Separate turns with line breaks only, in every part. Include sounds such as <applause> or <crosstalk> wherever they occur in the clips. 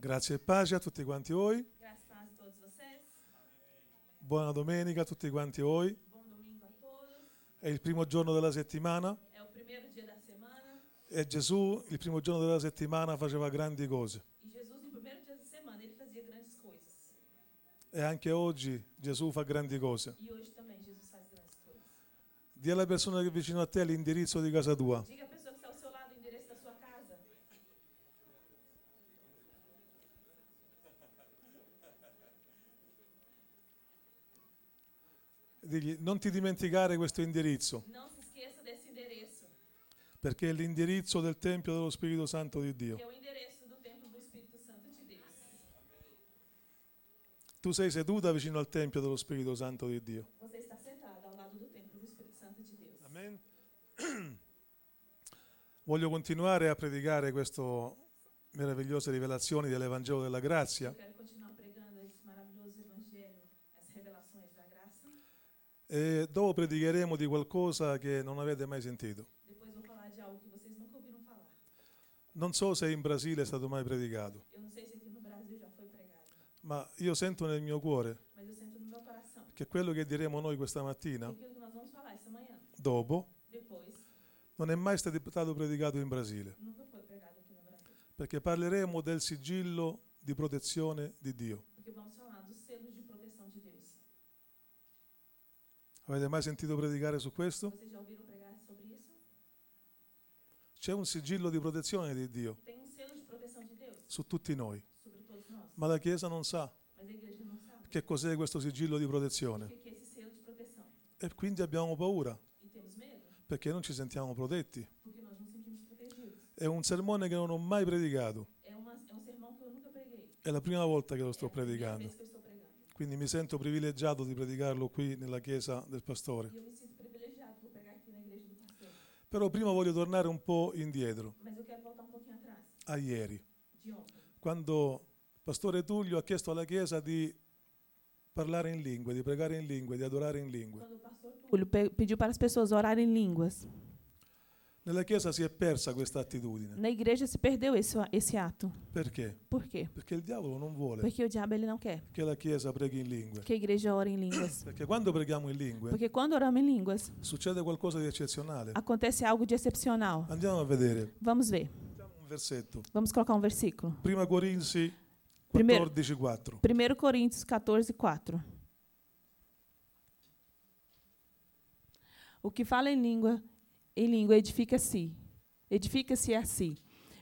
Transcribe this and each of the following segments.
Grazie e pace a tutti quanti voi.
Graças a todos vocês.
Buona domenica a tutti quanti voi.
Bom domingo a todos.
È il primo giorno della settimana
É o primeiro dia da semana
e Gesù il primo giorno della settimana faceva grandi cose.
e Jesus no primeiro dia da semana ele fazia grandes coisas.
E anche oggi Gesù fa grandi cose.
E hoje também Jesus faz grandes coisas.
Dì alla persona che è vicino a te l'indirizzo di casa tua.
Diga a pessoa que está ao seu lado o endereço da sua casa.
Digli non ti dimenticare questo indirizzo,
Não se esqueça desse endereço,
perché è l'indirizzo del Tempio dello Spirito Santo di Dio.
que é o endereço do templo do Espírito Santo de Deus.
Tu sei seduta vicino al Tempio dello Spirito Santo di Dio.
Você está sentada ao lado do templo do Espírito Santo de Deus.
Amen. <clears throat> Voglio continuare a predicare queste meravigliose rivelazioni dell'Evangelo della Grazia
Eu quero continuar pregando esse maravilhoso evangelho, as revelações da graça.
e dopo predicheremo di qualcosa che non avete mai sentito.
Depois vou falar de algo que vocês nunca ouviram falar.
Non so se in Brasile è stato mai predicato,
Eu não sei se aqui no Brasil já foi pregado,
ma io sento nel mio cuore
mas eu sento no meu coração
che quello che diremo noi questa
que
mattina,
aquilo que nós vamos falar essa manhã,
dopo,
depois,
non è mai stato stato predicato in Brasile,
nunca foi pregado aqui no Brasil.
perché parleremo del sigillo di protezione di Dio.
Porque vamos falar dos selos de proteção de Deus.
Avete mai sentito predicare su questo?
Vocês já ouviram pregar sobre isso?
C'è un sigillo di protezione di Dio
Tem um selo de proteção de Deus
su tutti noi.
sobre todos nós,
Ma la Chiesa non sa
mas a igreja não sabe
che cos'è questo sigillo di
o
protezione
que que é esse selo de proteção.
e quindi abbiamo paura
E temos medo
perché non ci sentiamo protetti.
porque nós nos sentimos protegidos.
È un sermone che non ho mai predicato,
É, uma, é um sermão que eu nunca preguei.
è la prima volta che lo
é
sto
a primeira
predicando,
vez que eu estou pregando.
quindi mi sento privilegiato di predicarlo qui nella Chiesa del Pastore.
E eu me sinto privilegiado por pregar aqui na igreja do pastor.
Però prima voglio tornare un po' indietro,
Mas eu quero voltar um pouquinho atrás,
a ieri,
de ontem.
quando il Pastore Tullio ha chiesto alla Chiesa di parlare in lingue, di pregare in lingue, di adorare in lingue.
Quando o pastor Túlio
Túlio pe- pediu para as pessoas orarem em línguas.
Nella Chiesa si è persa questa attitudine.
Na igreja se perdeu esse, esse ato.
Perché?
Por quê?
Perché il diavolo non vuole
Porque o diabo ele não quer
che la Chiesa preghi in lingue.
que a igreja ore em línguas.
Perché quando preghiamo in lingue
Porque quando oramos em línguas,
succede qualcosa di eccezionale.
acontece algo de excepcional.
Andiamo a vedere.
Vamos ver.
Facciamo un versetto.
Vamos colocar um versículo.
1 Corinzi
Primeiro.
14:4.
1 Coríntios 14, 4. O que fala em língua, em língua edifica-se, edifica-se a si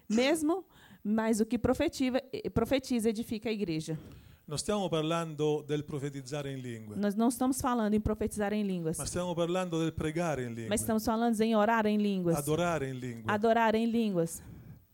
mesmo, mas o que profetiva- eh, profetiza edifica a igreja.
Non stiamo parlando del profetizzare in lingue,
Nós não estamos falando em profetizar em línguas,
ma stiamo parlando del pregare in lingue,
mas estamos falando em orar em línguas,
adorare in lingue,
adorar em línguas,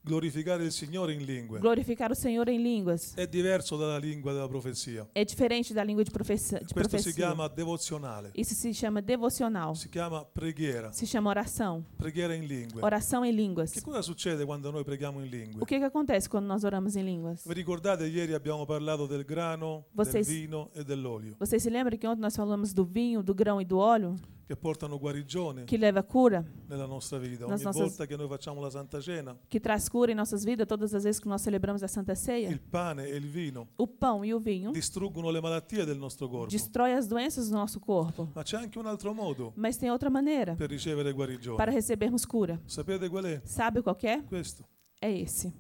glorificare il Signore in lingue.
glorificar o Senhor em línguas.
È diverso dalla lingua della profezia.
É diferente da língua de, profecia, de
Questo si
profecia.
chiama devozionale,
Isso se chama devocional,
si chiama preghiera,
se chama oração,
preghiera in lingue.
oração em línguas.
Che cosa succede quando noi preghiamo in lingue?
O que, que acontece quando nós oramos em línguas?
Vi ricordate ieri abbiamo parlato del grano, del
Vocês-
vino e dell'olio
Vocês se lembram que ontem nós falamos do vinho, do grão e do óleo,
che portano guarigione
que leva cura,
nella nostra vita.
Nas
Ogni
nostre-
volta che noi facciamo la Santa Cena,
que traz cura em nossas vidas todas as vezes que nós celebramos a Santa Ceia?
il pane e il vino
O pão e o vinho
distruggono le malattie del nostro
é
corpo.
destrói as doenças do nosso corpo.
Ma c'è anche un altro modo
Mas tem outra maneira
per ricevere guarigione.
para recebermos cura.
Sapete qual è?
Sabe qual que é?
Questo,
É esse.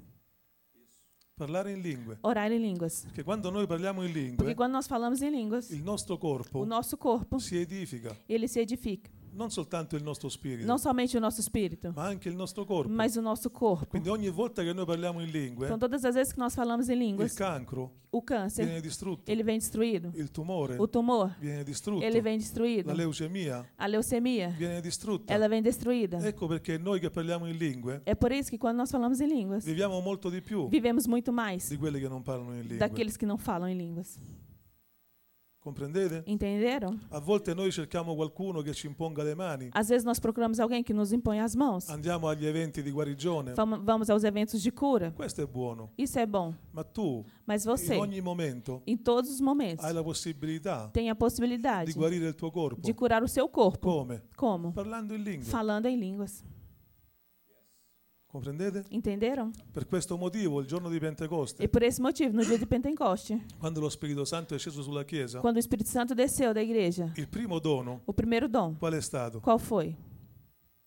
parlare in lingue.
Orar em línguas.
Perché quando noi parliamo in
Porque
lingue,
quando nós falamos em línguas,
il nostro
o
Né? corpo
nosso corpo,
si edifica,
ele se edifica.
non soltanto il nostro spirito,
Não somente o nosso espírito,
ma anche il nostro corpo. É.
mas o nosso corpo.
Quindi ogni volta che noi parliamo in lingue,
Então, todas as vezes que nós falamos em
il
línguas,
cancro
o câncer,
viene distrutto,
ele vem destruído.
il tumore
O tumor,
viene distrutto,
ele vem destruído.
la leucemia
A leucemia,
viene distrutta.
ela vem destruída.
Ecco perché noi che parliamo in lingue
É por isso que quando nós falamos em línguas,
viviamo molto di più
vivemos muito mais
di quelli che non parlano in lingue.
daqueles que não falam em línguas.
Comprendete?
Entenderam?
A volte noi cerchiamo qualcuno che ci imponga le mani,
Às vezes nós procuramos alguém que nos impõe as mãos.
andiamo agli eventi di guarigione.
Vamo- Vamos aos eventos de cura.
Questo è buono,
Isso é bom.
ma tu
Mas
in
você,
ogni momento
em todos os momentos,
hai la possibilità
tem a
di
possibilidade
guarire il tuo corpo.
de curar o seu corpo.
Come?
Como?
Parlando in lingua.
Falando em línguas.
Comprendete?
Entenderam?
Per questo motivo, il giorno di Pentecoste,
E por esse motivo, no dia de Pentecoste,
quando lo Spirito Santo è sceso sulla Chiesa,
quando o Espírito Santo desceu da igreja,
il primo dono
o primeiro dom,
qual è stato?
qual foi?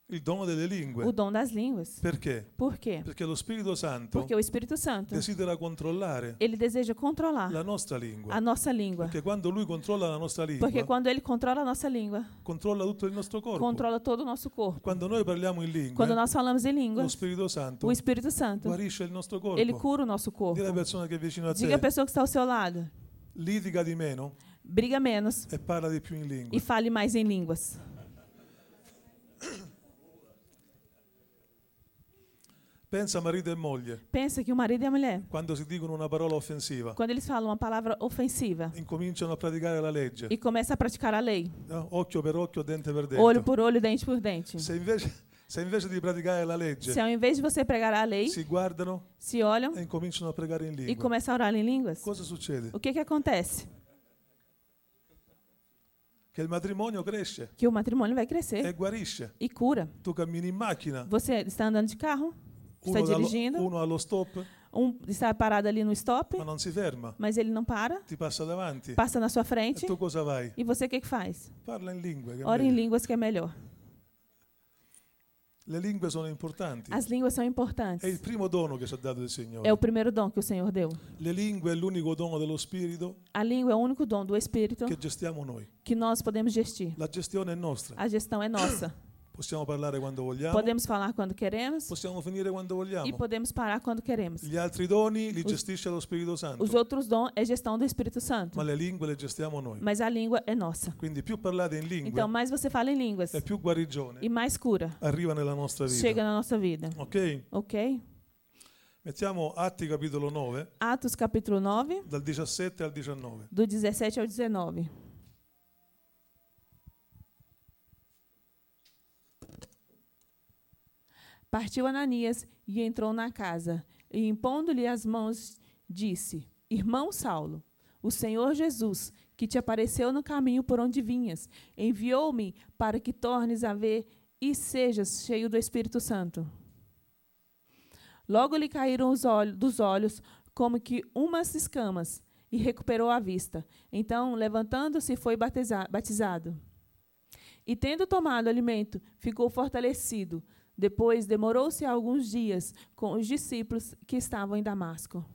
Il dono delle lingue.
O dom das línguas.
Perché?
Por quê?
Perché lo Spirito Santo
Porque o Espírito Santo,
desidera controllare
ele deseja controlar
la nostra lingua.
a nossa língua.
Perché quando lui controlla la nostra
Porque
lingua,
quando ele controla a nossa língua,
controlla tutto il nostro corpo.
controla todo o nosso corpo.
Quando noi parliamo in
Quando
lingua,
nós falamos em língua,
lo Spirito Santo
o Espírito Santo,
guarisce il nostro
ele
corpo.
cura o nosso corpo.
Dì alla persona che è vicino a
Diga a
te,
pessoa que está ao seu lado,
litiga di meno
briga menos
e parla di più in
e
lingua.
fale mais em línguas.
Pensa marito e moglie,
Pensa que o marido e a mulher,
quando si dicono una parola offensiva,
quando eles falam uma palavra ofensiva
incominciano a praticare la legge,
e começam a praticar a lei,
no? occhio per occhio, dente per
olho
dente.
por olho, dente por dente.
Se invece, se invece di praticare la
Se
legge,
ao invés de você pregar a lei,
si guardano
se olham
e incominciano a pregare in
e
lingua,
começam a orar em línguas,
cosa succede?
o que, que acontece?
Che il matrimonio cresce
Que o matrimônio vai crescer
e guarisce.
e cura.
Tu cammini in macchina,
Você está andando de carro, está
uno, dallo-
dirigindo,
uno allo stop,
um está parado ali no stop,
ma non si ferma,
mas ele não para,
ti passa davanti.
passa na sua
E
frente.
tu cosa vai?
E você o que, que faz?
Parla in lingue. che è
Ora em
meglio.
línguas que é melhor.
Le lingue sono importanti.
As línguas são
È il
importantes.
primo dono che ci ha dato il
É o
Signore.
primeiro dom que o Senhor deu.
Le lingue è l'unico dono dello Spirito
A língua é o único dom do Espírito
che gestiamo noi.
que nós podemos gestir.
La gestione è nostra.
A gestão é nossa.
Possiamo parlare quando vogliamo,
Podemos falar quando queremos
possiamo finire quando
e
vogliamo.
podemos parar quando queremos.
Gli altri doni li
Us-
gestisce lo Spirito Santo,
Os outros dons é gestão do Espírito Santo,
ma le lingue le gestiamo noi.
mas a língua é nossa.
Quindi più parlate in
Então,
lingue
mais você fala em línguas
e più guarigione
e mais cura
arriva nella nostra
chega
vita.
na nossa vida.
Ok?
Ok?
Mettiamo Atti capitolo 9,
Atos capítulo 9,
dal 17 al 19.
do 17 ao 19. Partiu Ananias e entrou na casa, e impondo-lhe as mãos, disse: Irmão Saulo, o Senhor Jesus, que te apareceu no caminho por onde vinhas, enviou-me para que tornes a ver e sejas cheio do Espírito Santo. Logo lhe caíram os olhos, dos olhos como que umas escamas, e recuperou a vista. Então, levantando-se, foi batiza- batizado. E tendo tomado alimento, ficou fortalecido. Depois demorou-se alguns dias com os discípulos que estavam em Damasco.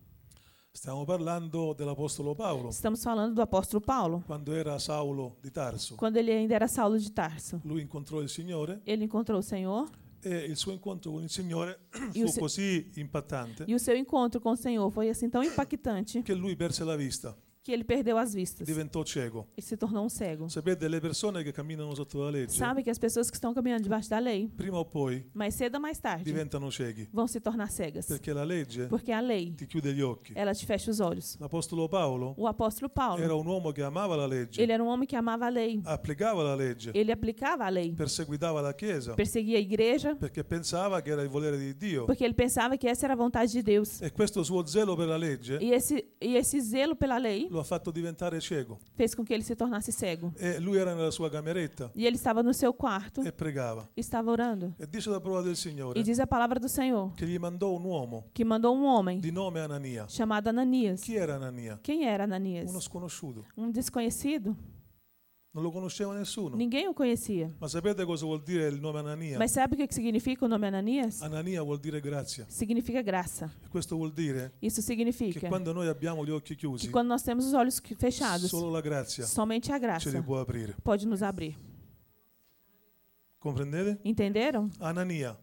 Stiamo parlando dell'Apostolo Paolo,
Estamos falando do apóstolo Paulo,
quando era Saulo di Tarso.
quando ele ainda era Saulo de Tarso.
Lui incontrò il Signore
Ele encontrou o Senhor
e il suo incontro con il Signore <clears throat>
e o,
fu
se-
così impattante
e o seu encontro com o Senhor foi assim tão impactante
che lui perse la vista,
que ele perdeu as vistas
diventò cieco.
e se tornou um cego.
Sapete, le persone che camminano sotto la legge,
Sabe que as pessoas que estão caminhando debaixo da lei,
prima o poi
mais cedo ou mais tarde,
diventano ciechi,
vão se tornar cegas.
perché la legge
Porque a lei,
ti chiude gli occhi.
ela te fecha os olhos.
L'Apostolo Paolo
O apóstolo
era
Paulo,
un uomo che amava la legge,
ele era um homem que amava a lei.
applicava la legge,
Ele aplicava a lei,
perseguitava la Chiesa,
perseguia a igreja,
perché pensava che era il volere di Dio.
porque ele pensava que essa era a vontade de Deus.
E questo suo zelo per la legge
E esse, e esse zelo pela lei
lo ha fatto diventare cieco.
fez com que ele se tornasse cego.
E lui era nella sua cameretta
E ele estava no seu quarto,
e pregava.
estava orando.
E dice la prova del Signore
E diz a palavra do Senhor,
che gli mandò un uomo
que mandou um homem
di nome Anania.
chamado Ananias.
Chi era Anania?
Quem era Ananias?
Uno sconosciuto.
Um desconhecido?
Non lo conosceva nessuno.
Ninguém o conhecia.
Ma sapete cosa vuol dire il nome Anania?
Mas sabe o que que significa o nome Ananias?
Anania vuol dire grazia.
Significa graça.
E questo vuol dire
Isso
che
significa
quando noi abbiamo gli occhi
que
chiusi,
quando nós temos os olhos que- fechados,
solo la grazia
somente a
ce
graça
li può aprire.
pode nos abrir.
Comprendete?
Entenderam?
Anania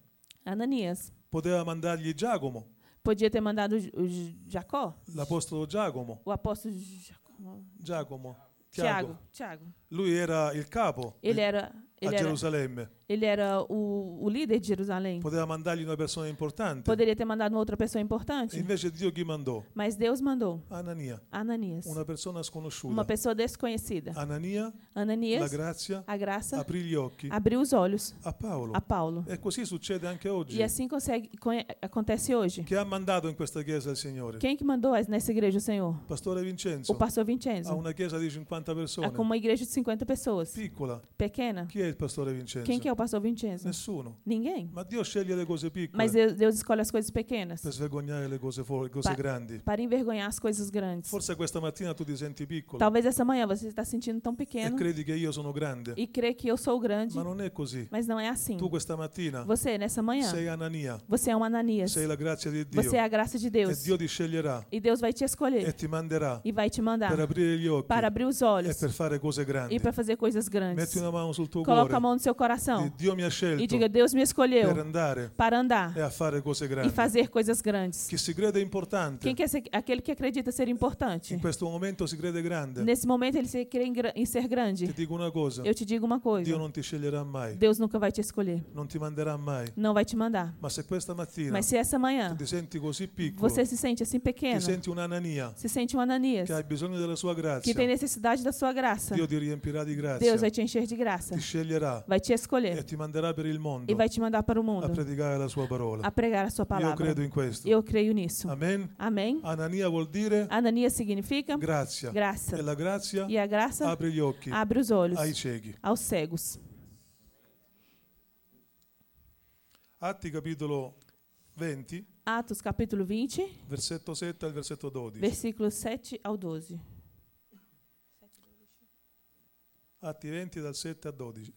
Ananias
poteva mandargli Giacomo,
podia ter mandado o J- o J- Jacó,
l'apostolo Giacomo.
o apóstolo J- Jacó-
Giacomo. Tiago.
Tiago. Tiago.
Lui era il capo
Ele
di-
era,
a
ele era,
Gerusalemme.
ele era o, o líder de Jerusalém.
Poteva mandargli una persona importante.
Poderia ter mandado uma outra pessoa
E
importante,
invece Dio chi mandò?
mas Deus mandou
Anania,
Ananias,
una persona sconosciuta.
uma pessoa desconhecida.
Anania, la
Ananias,
grazia,
a graça,
aprì gli occhi
abriu os olhos
a Paolo.
a Paulo.
E così succede anche oggi.
E assim consegue, conhe- acontece hoje.
Che ha mandato in questa chiesa il Signore?
Quem que mandou es- nessa igreja o Senhor?
Pastore Vincenzo.
O pastor
Ha
Vincenzo. Ah, É
una chiesa di 50 persone.
Há com uma igreja de 50 pessoas.
Piccola.
Pequena.
Chi è è il pastore Vincenzo?
Quem que é o pastor Vincenzo? é.
Nessuno.
Ninguém.
Ma Dio sceglie le cose piccole
Mas Deus Deus escolhe as coisas pequenas
per svergognare le cose, fo- le cose
Pa-
grandi.
para envergonhar as coisas grandes.
Forse questa mattina tu ti senti piccolo
Talvez essa manhã você está sentindo tão
e
pequeno
credi che io sono grande,
e crê que eu sou grande,
ma non è così.
É mas não é assim.
Tu questa mattina
Você, nessa manhã,
sei Anania,
você é um Ananias.
sei la grazia di Dio
Você é a graça de
e
Deus.
Dio ti sceglierà
E Deus vai te
e
escolher
ti manderà
e vai te mandar
per aprire gli occhi
para abrir É os
e
olhos
per fare cose grandi.
e para fazer coisas grandes.
Metti una mano sul tuo
Coloca a
cuore
mão no seu
e
coração
Dio mi ha
e
scelto
diga: Deus me escolheu
per andare
para andar
e a fare cose
e
grandi.
fazer coisas grandes.
Chi si crede importante
Quem quer ser, aquele que acredita ser importante.
in questo momento si crede grande.
Nesse momento ele se crê em, gra- em ser
Ti
grande.
dico una cosa,
Eu te digo uma coisa:
Dio non ti sceglierà mai,
Deus nunca vai te escolher,
non ti manderà mai.
não vai te mandar.
Ma se questa mattina
Mas se essa manhã
ti senti così piccolo,
você se sente assim
ti
pequeno,
senti un'anania
se sente um Ananias
che hai bisogno della sua
que
grazia,
tem necessidade da sua graça,
Dio ti riempirà di grazia,
Deus vai te É encher de graça,
ti sceglierà
vai te
e
escolher
ti manderà per il mondo
e vai te mandar para o
a
mundo
predicare la sua parola.
a pregar a sua
Io
palavra.
credo in questo.
Eu creio nisso.
Amen.
Amém?
Anania vuol dire
Ananias significa
grazia
graça.
e la grazia
E a graça
apre gli occhi
abre os olhos
ai ciechi.
aos cegos.
Atti capitolo 20,
Atos capítulo 20,
versetto 7 al versetto 12.
versículos 7 ao 12.
Atti 20 dal 7 al 12.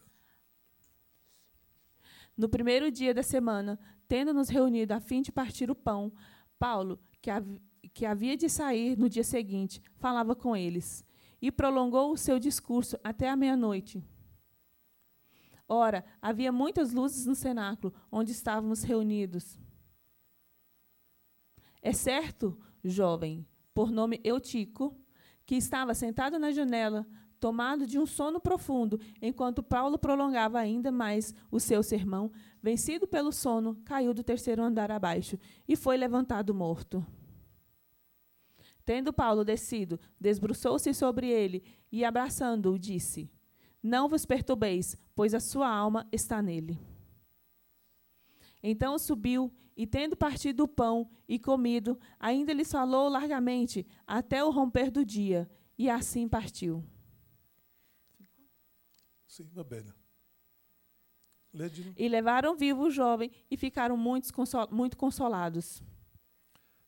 No primeiro dia da semana, tendo nos reunido a fim de partir o pão, Paulo, que, hav- que havia de sair no dia seguinte, falava com eles e prolongou o seu discurso até a meia-noite. Ora, havia muitas luzes no cenáculo onde estávamos reunidos. É certo, jovem, por nome Eutico, que estava sentado na janela, tomado de um sono profundo, enquanto Paulo prolongava ainda mais o seu sermão, vencido pelo sono, caiu do terceiro andar abaixo e foi levantado morto. Tendo Paulo descido, desbruçou-se sobre ele e, abraçando-o, disse: Não vos perturbeis, pois a sua alma está nele. Então subiu e, tendo partido o pão e comido, ainda lhes falou largamente até o romper do dia, e assim partiu.
Sì, va bene. Leggilo.
E levaram vivo o jovem e ficaram muitos conso- muito consolados.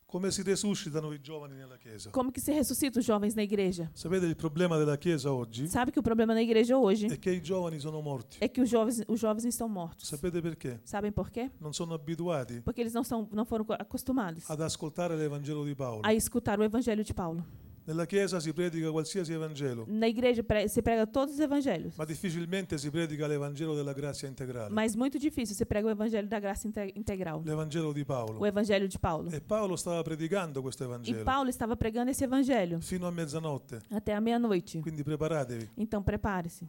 Come si resuscitano i giovani nella Chiesa?
Como que se ressuscita os jovens na igreja?
Sapete il problema della Chiesa oggi?
Sabe que o problema na igreja hoje
È che i giovani sono morti.
é que os jovens, os jovens estão mortos.
Sapete perché?
Sabem por quê?
Non sono abituati
Porque eles não, são, não foram co- acostumados
ad ascoltare l'Evangelo di Paolo.
a escutar o evangelho de Paulo.
Nella Chiesa si predica qualsiasi Evangelo,
Na igreja pre- se prega todos os evangelhos,
ma difficilmente si predica l'Evangelo della grazia integrale,
mas muito difícil se prega o evangelho da graça inte- integral,
l'Evangelo di
o
Paolo.
evangelho de Paulo.
E Paolo stava predicando questo
E
Evangelo
Paulo estava pregando esse evangelho
fino a mezzanotte,
até a meia-noite.
quindi preparatevi.
Então prepare-se.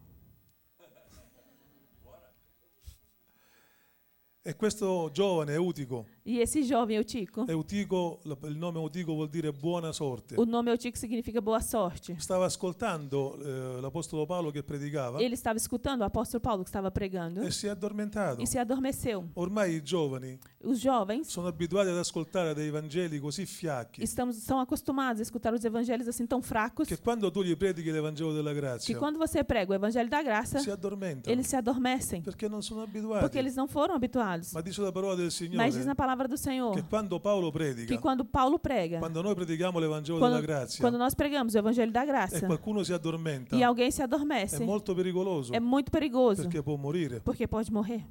E questo giovane Eutico,
E esse jovem Eutico,
Eutico, la- il nome Eutico vuol dire buona sorte,
o nome Eutico significa boa sorte.
stava ascoltando eh, l'Apostolo Paolo che predicava
Ele estava escutando o apóstolo Paulo que estava pregando
e si è addormentato.
e se adormeceu.
Ormai i giovani
Os jovens
sono abituati ad ascoltare dei Vangeli così fiacchi
estamos, são acostumados a escutar os evangelhos assim tão fracos
che quando tu gli predichi l'Evangelo della
que
grazia
quando você prega o evangelho da graça,
si addormentano
eles se adormecem,
perché non sono
porque
abituati.
eles não foram habituados.
Ma dice la parola del
Mas diz na
Signore
palavra do Senhor
che quando Paolo
né? que
predica,
quando é Paulo prega,
quando noi predichiamo l'Evangelo della
quando,
grazia
quando nós pregamos o evangelho da
e
graça
qualcuno si addormenta,
e alguém se
è
adormece,
molto pericoloso
é muito perigoso,
perché può morire.
então. porque pode morrer.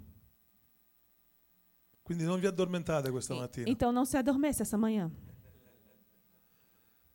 Quindi non vi addormentate questa mattina.
Então não se adormeça essa manhã.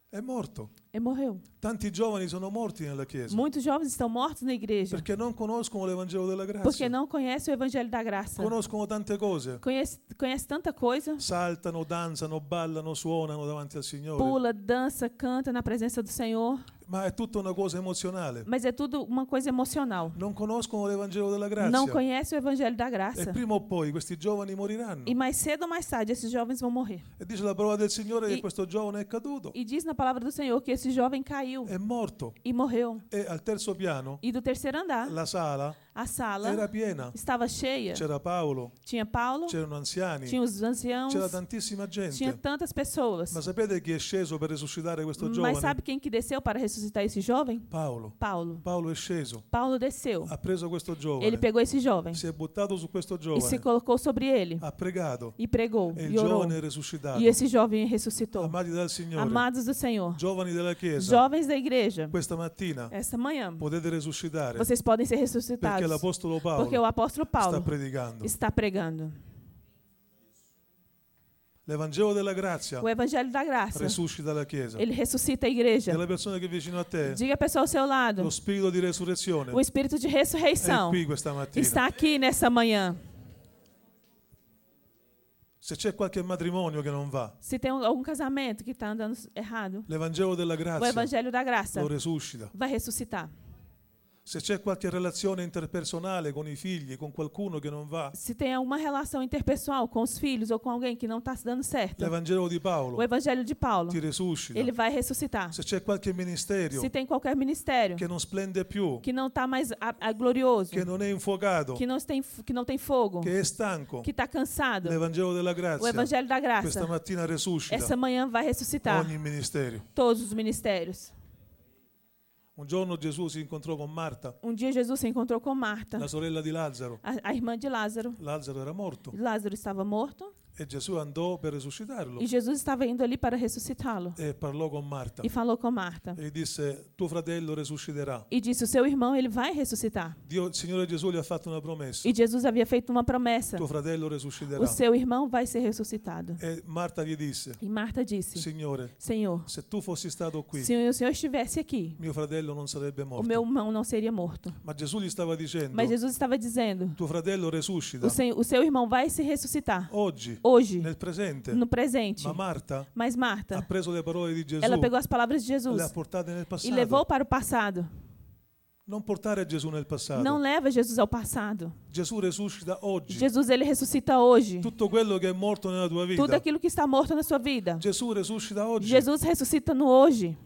È morto.
E morreu.
Tanti giovani sono morti nella Chiesa
Muitos jovens estão mortos na igreja
perché non conoscono l'Evangelo della
porque
grazia,
não conhecem o evangelho da graça.
conoscono tante cose,
Conhece, conhece tanta coisa,
saltano, danzano, ballano, suonano davanti al Signore,
pula, dança, canta na presença do Senhor,
ma è tutta una cosa emozionale.
mas é tudo uma coisa emocional.
Non conoscono l'Evangelo della
Não
grazia
conhece o evangelho da
e
graça.
prima o poi questi giovani moriranno.
E mais cedo ou mais tarde esses jovens vão morrer.
E dice la parola del Signore che
E-
questo giovane è caduto,
E diz na palavra do Senhor que esse jovem caiu
è morto
e morreu.
e al terzo piano,
E do terceiro andar,
la sala,
A sala
era piena.
estava cheia.
C'era Paolo,
Tinha Paulo,
c'erano anziani,
tinha os anciãos,
c'era tantissima
tinha
gente.
tantas pessoas.
Ma sapete chi è sceso per risuscitare questo
Mas
giovane?
sabe quem que desceu para ressuscitar esse jovem?
Paolo.
Paulo.
Paulo è sceso,
Paulo desceu.
ha preso questo
Ele
giovane,
pegou Ah, né? esse né? Ah. jovem
si è buttato su questo
e se
giovane,
colocou sobre ele
ha pregato
e pregou
e il
e orou.
giovane è risuscitato.
E esse jovem ressuscitou.
Amati dal Signore,
Amados do Senhor,
giovani della Chiesa,
jovens da igreja,
questa mattina
essa manhã
Eh. potete risuscitare
vocês podem ser
perché
ressuscitados
l'Apostolo
porque o
Paolo
apóstolo
sta
Paulo
predicando.
está pregando.
L'Evangelo della grazia
O evangelho da graça,
risuscita la Chiesa.
ele é. ressuscita a igreja.
E alla persona che è vicino a te,
Diga a pessoa ao seu lado,
lo spirito di resurrezione
o espírito de
è
ressurreição
qui questa mattina.
está aqui nessa manhã.
Se c'è qualche matrimonio che non va,
Se tem um, algum casamento que está andando errado,
l'Evangelo della
o
grazia
evangelho da graça
lo resuscita.
vai ressuscitar.
Se c'è qualche relazione interpersonale con i figli, con qualcuno che non va,
Se tem alguma relação interpessoal com os filhos ou com alguém que não está se dando certo,
l'Evangelo di
o
Paolo
evangelho de Paulo,
ti resuscita.
ele vai ressuscitar.
Se c'è qualche ministero
Se tem qualquer ministério
che non splende più,
que não está mais a- a- glorioso,
che non è infuocato,
que não tem, que não tem fogo,
che è stanco,
que está cansado,
l'Evangelo della
o
grazia
evangelho da
questa
graça,
mattina
essa
resuscita
manhã vai ressuscitar
ogni ministero.
todos os ministérios.
Un giorno Gesù si incontrò con Marta,
Um dia Jesus se encontrou com Marta,
la sorella di Lazzaro.
a, a irmã de Lázaro.
Lazzaro era morto
Lázaro estava morto
e Gesù andò per risuscitarlo
e Jesus estava indo ali para ressuscitá-lo.
e parlò con Marta
E falou com Marta
e gli disse tuo fratello risusciterà.
e disse: O seu irmão ele vai ressuscitar.
Dio, il Signore Gesù gli ha fatto una promessa,
E Jesus havia feito uma promessa:
tuo fratello
O
risusciterà.
seu irmão vai ser ressuscitado.
E Marta gli disse,
E Marta disse:
Signore,
Senhor,
se tu fossi stato qui,
se o Senhor estivesse aqui,
mio fratello non sarebbe
o meu
morto.
irmão não seria morto.
Ma Gesù gli stava dicendo,
Mas Jesus estava dizendo:
tuo fratello
o,
risuscita
sen- o seu irmão vai se ressuscitar
oggi,
hoje,
nel presente.
no presente.
Ma Marta
Mas
ha
Marta,
preso le parole di Gesù
ela
e
pegou as palavras de Jesus
le ha portate nel
e levou
passato.
para o passado.
Non portare Gesù nel
Não
passato.
leva Jesus ao passado.
Gesù risuscita oggi.
Jesus ele ressuscita hoje.
Tutto quello che è morto nella tua
Tudo
vita.
aquilo que está morto na sua vida.
Gesù risuscita oggi.
é Jesus ressuscita no hoje.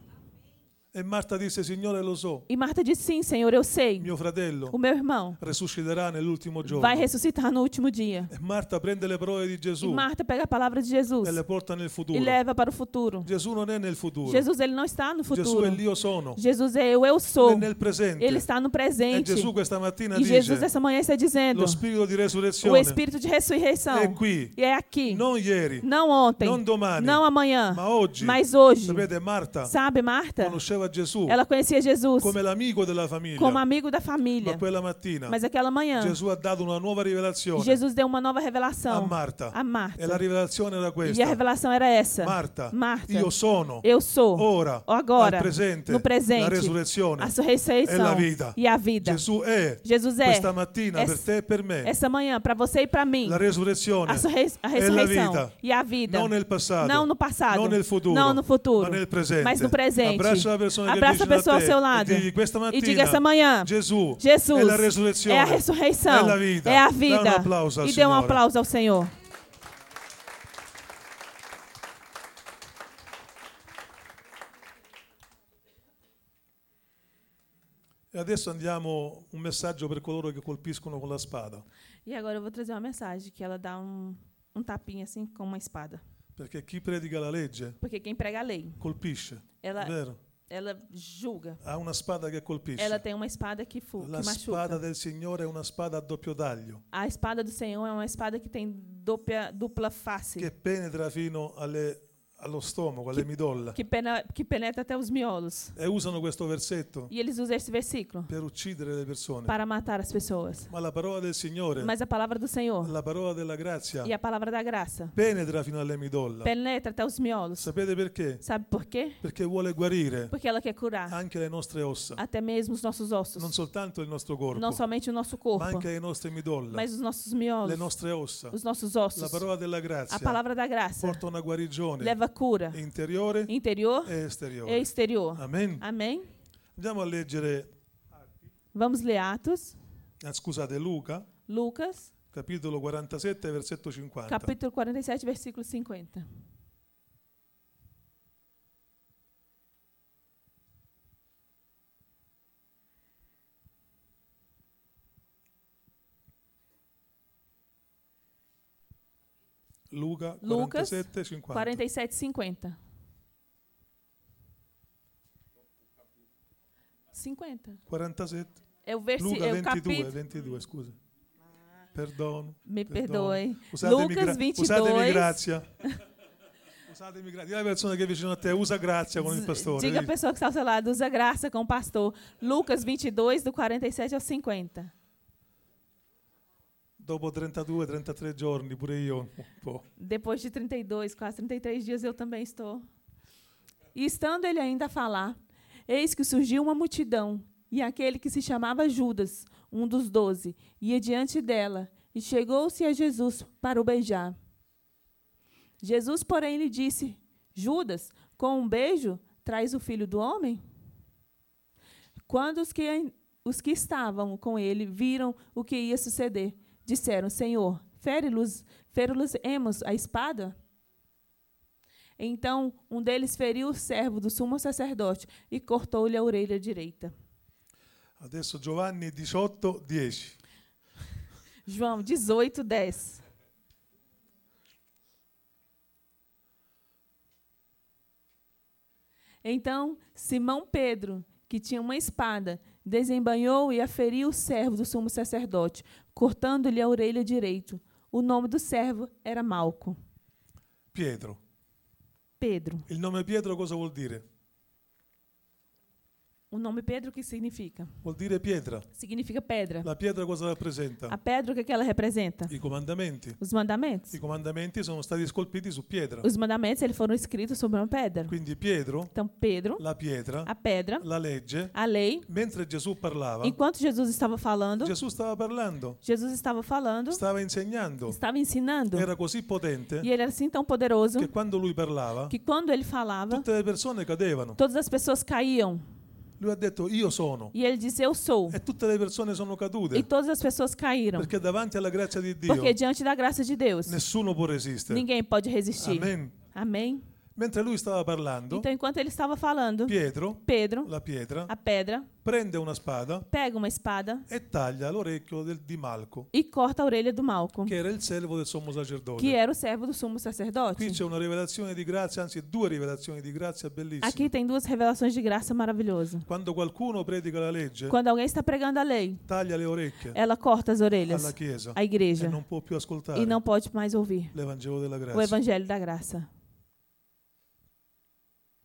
E Marta disse, Signore, lo so,
E Marta disse: Sim, Senhor, eu sei.
mio fratello
O meu irmão
risusciterà nell'ultimo
vai
giorno.
ressuscitar no último dia.
E Marta prende le parole di
E
Gesù
Marta pega a palavra de Jesus
e le porta nel
e
futuro.
leva para o futuro.
Gesù non è nel futuro.
é Jesus ele não está no
Gesù
futuro.
è l'io sono.
Jesus é eu, eu
È
sou.
nel
Ele
presente.
está no
E
presente.
Gesù questa mattina
E Jesus
dice,
essa manhã está dizendo:
lo spirito di
o
resurrezione
espírito de ressurreição
è qui,
e é aqui,
non ieri,
não ontem,
non domani,
não amanhã,
ma oggi.
mas hoje.
Sapete, Marta
Sabe, Marta?
conosceva Gesù
Ela conhecia Jesus
come l'amico della
como
famiglia,
amigo da família.
ma quella mattina
Mas aquela manhã,
Gesù ha dato una nuova revelazione
Jesus deu uma nova
a
revelação
Marta.
a Marta.
E la revelazione era
E a
questa.
revelação era essa:
Marta,
Marta,
io sono
eu sou
ora,
agora,
al presente,
no presente,
la resurrezione
a sua ressurreição
e la vita.
e a vida.
Gesù è
Jesus é
questa mattina per
essa-
te e per me
essa manhã para você e para mim
la resurrezione
a, surrei- a
e la
ressurreição
vita.
e a vida.
Non nel passato,
Não no passado.
non nel futuro,
Não no futuro,
ma nel presente.
Mas no presente.
Abbraccia la persona che
Abraça a
avvicina
pessoa
a
ao
te
seu
e
lado.
digli, "Questa
e
mattina
diga essa manhã.
Gesù
Jesus
è la resurrezione
é a ressurreição,
è la vita
é a
Dai
vida.
un applauso al
e dê um
Signore.
aplauso ao Senhor.
E adesso andiamo un messaggio per coloro che colpiscono con la spada,
E agora eu vou trazer uma mensagem que ela dá um, um tapinha assim com uma espada.
perché chi predica la legge
Porque quem prega a lei,
colpisce,
ela,
vero?
ela julga.
Ha una spada che colpisce.
Ela tem uma espada que, fu,
la
que
spada
machuca.
del Signore è una spada a doppio taglio
A espada do Senhor é uma espada que tem dupla, dupla face,
che penetra fino alle- allo stomaco, alle midolla.
que, pena, que penetra até os miolos.
E usano questo versetto
E eles usam esse versículo
per uccidere le persone.
para matar as pessoas.
Ma la parola del Signore,
Mas a palavra do Senhor
la parola della grazia,
e a palavra da graça
penetra fino alle midolla.
penetra até os miolos.
Sapete perché?
Sabe por quê?
Perché vuole guarire
Porque ela quer curar
anche le nostre ossa,
até mesmo os nossos ossos.
non soltanto il nostro
Não
corpo,
somente o nosso
ma
corpo,
anche le nostre midolla,
mas os nossos
le
miolos,
nostre ossa.
os nossos
La
ossos.
parola della
A
grazia
palavra da graça
porta una guarigione
leva cura
interiore
interior
e
e Ah.
esteriore.
exterior.
Amen.
Amém?
Andiamo a leggere
Vamos ler Atos,
Ah, scusate, Luca,
Lucas,
capitolo 47, versetto 50.
capítulo 47, versículo 50.
Luca
Lucas
47, 50.
47, 50. 50.
47.
É o, versi
Luca
é o
22,
capítulo.
22, scusa. Perdono.
Me
perdono.
perdoe.
Usatemi
Lucas
gra- Usatemi <laughs>
22.
grazia. usatemi grazia. Dì alla persona che è vicino a te, usa grazia con il pastore.
Diga à
vedi?
pessoa que está ao seu lado, usa graça com o pastor. Lucas 22, do 47 ao 50.
Dopo 32, 33 giorni, pure io un po'.
Depois de 32, quase 33 dias, eu também estou. E estando ele ainda a falar, eis que surgiu uma multidão, e aquele que se chamava Judas, um dos doze, ia diante dela, e chegou-se a Jesus para o beijar. Jesus, porém, lhe disse: Judas, com um beijo traz o filho do homem? Quando os que, ain- os que estavam com ele viram o que ia suceder, disseram: Senhor, fere-los feri-los-emos a espada? Então um deles feriu o servo do sumo sacerdote e cortou-lhe a orelha direita.
Adesso Giovanni 18, 10.
João 18, 10. Então Simão Pedro, que tinha uma espada, desembanhou e aferiu o servo do sumo sacerdote, cortando-lhe a orelha direita. O nome do servo era Malco.
Pietro.
Pedro.
Il nome Pietro cosa vuol dire?
O nome Pedro o que significa?
Vuol dire pietra.
Significa pedra.
La pietra cosa
A
rappresenta?
pedra, o que, que ela representa?
I comandamenti.
Os mandamentos.
I comandamenti sono stati scolpiti su pietra.
Os mandamentos eles foram escritos sobre uma pedra.
Quindi Pietro,
Então, Pedro,
la pietra,
a pedra,
la legge.
a lei.
Mentre Gesù parlava,
Enquanto Jesus estava falando,
Gesù stava parlando,
Jesus estava falando,
stava insegnando.
estava ensinando.
Era così potente
E ele era assim tão poderoso
Certo. che quando lui parlava,
que é quando ele falava,
tutte le persone cadevano.
todas as pessoas caíam.
Lui ha detto io sono.
E ele disse: Eu sou.
E tutte le persone sono
E
cadute.
todas as pessoas caíram.
Perché davanti alla grazia di Dio
Porque diante da graça de Deus,
nessuno può resistere.
ninguém pode resistir.
Amen.
Amém?
Mentre lui stava parlando,
Então, enquanto ele estava falando,
Pietro,
Pedro,
la pietra,
a pedra,
prende una spada
pega uma espada
e taglia l'orecchio del- di Malco,
e corta a orelha do Malco,
che era il servo del sommo
que
sacerdote.
era é o né? servo do sumo
Qui
sacerdote.
c'è una rivelazione di grazia, anzi due rivelazioni di grazia bellissime.
Aqui tem duas revelações de graça maravilhosa.
Quando qualcuno predica la legge,
Quando alguém está pregando a lei,
taglia le orecchie
É. ela corta as orelhas
alla Chiesa
à
e
igreja
non può più ascoltare
e não pode mais ouvir
l'Evangelo della
o
grazia.
evangelho da graça.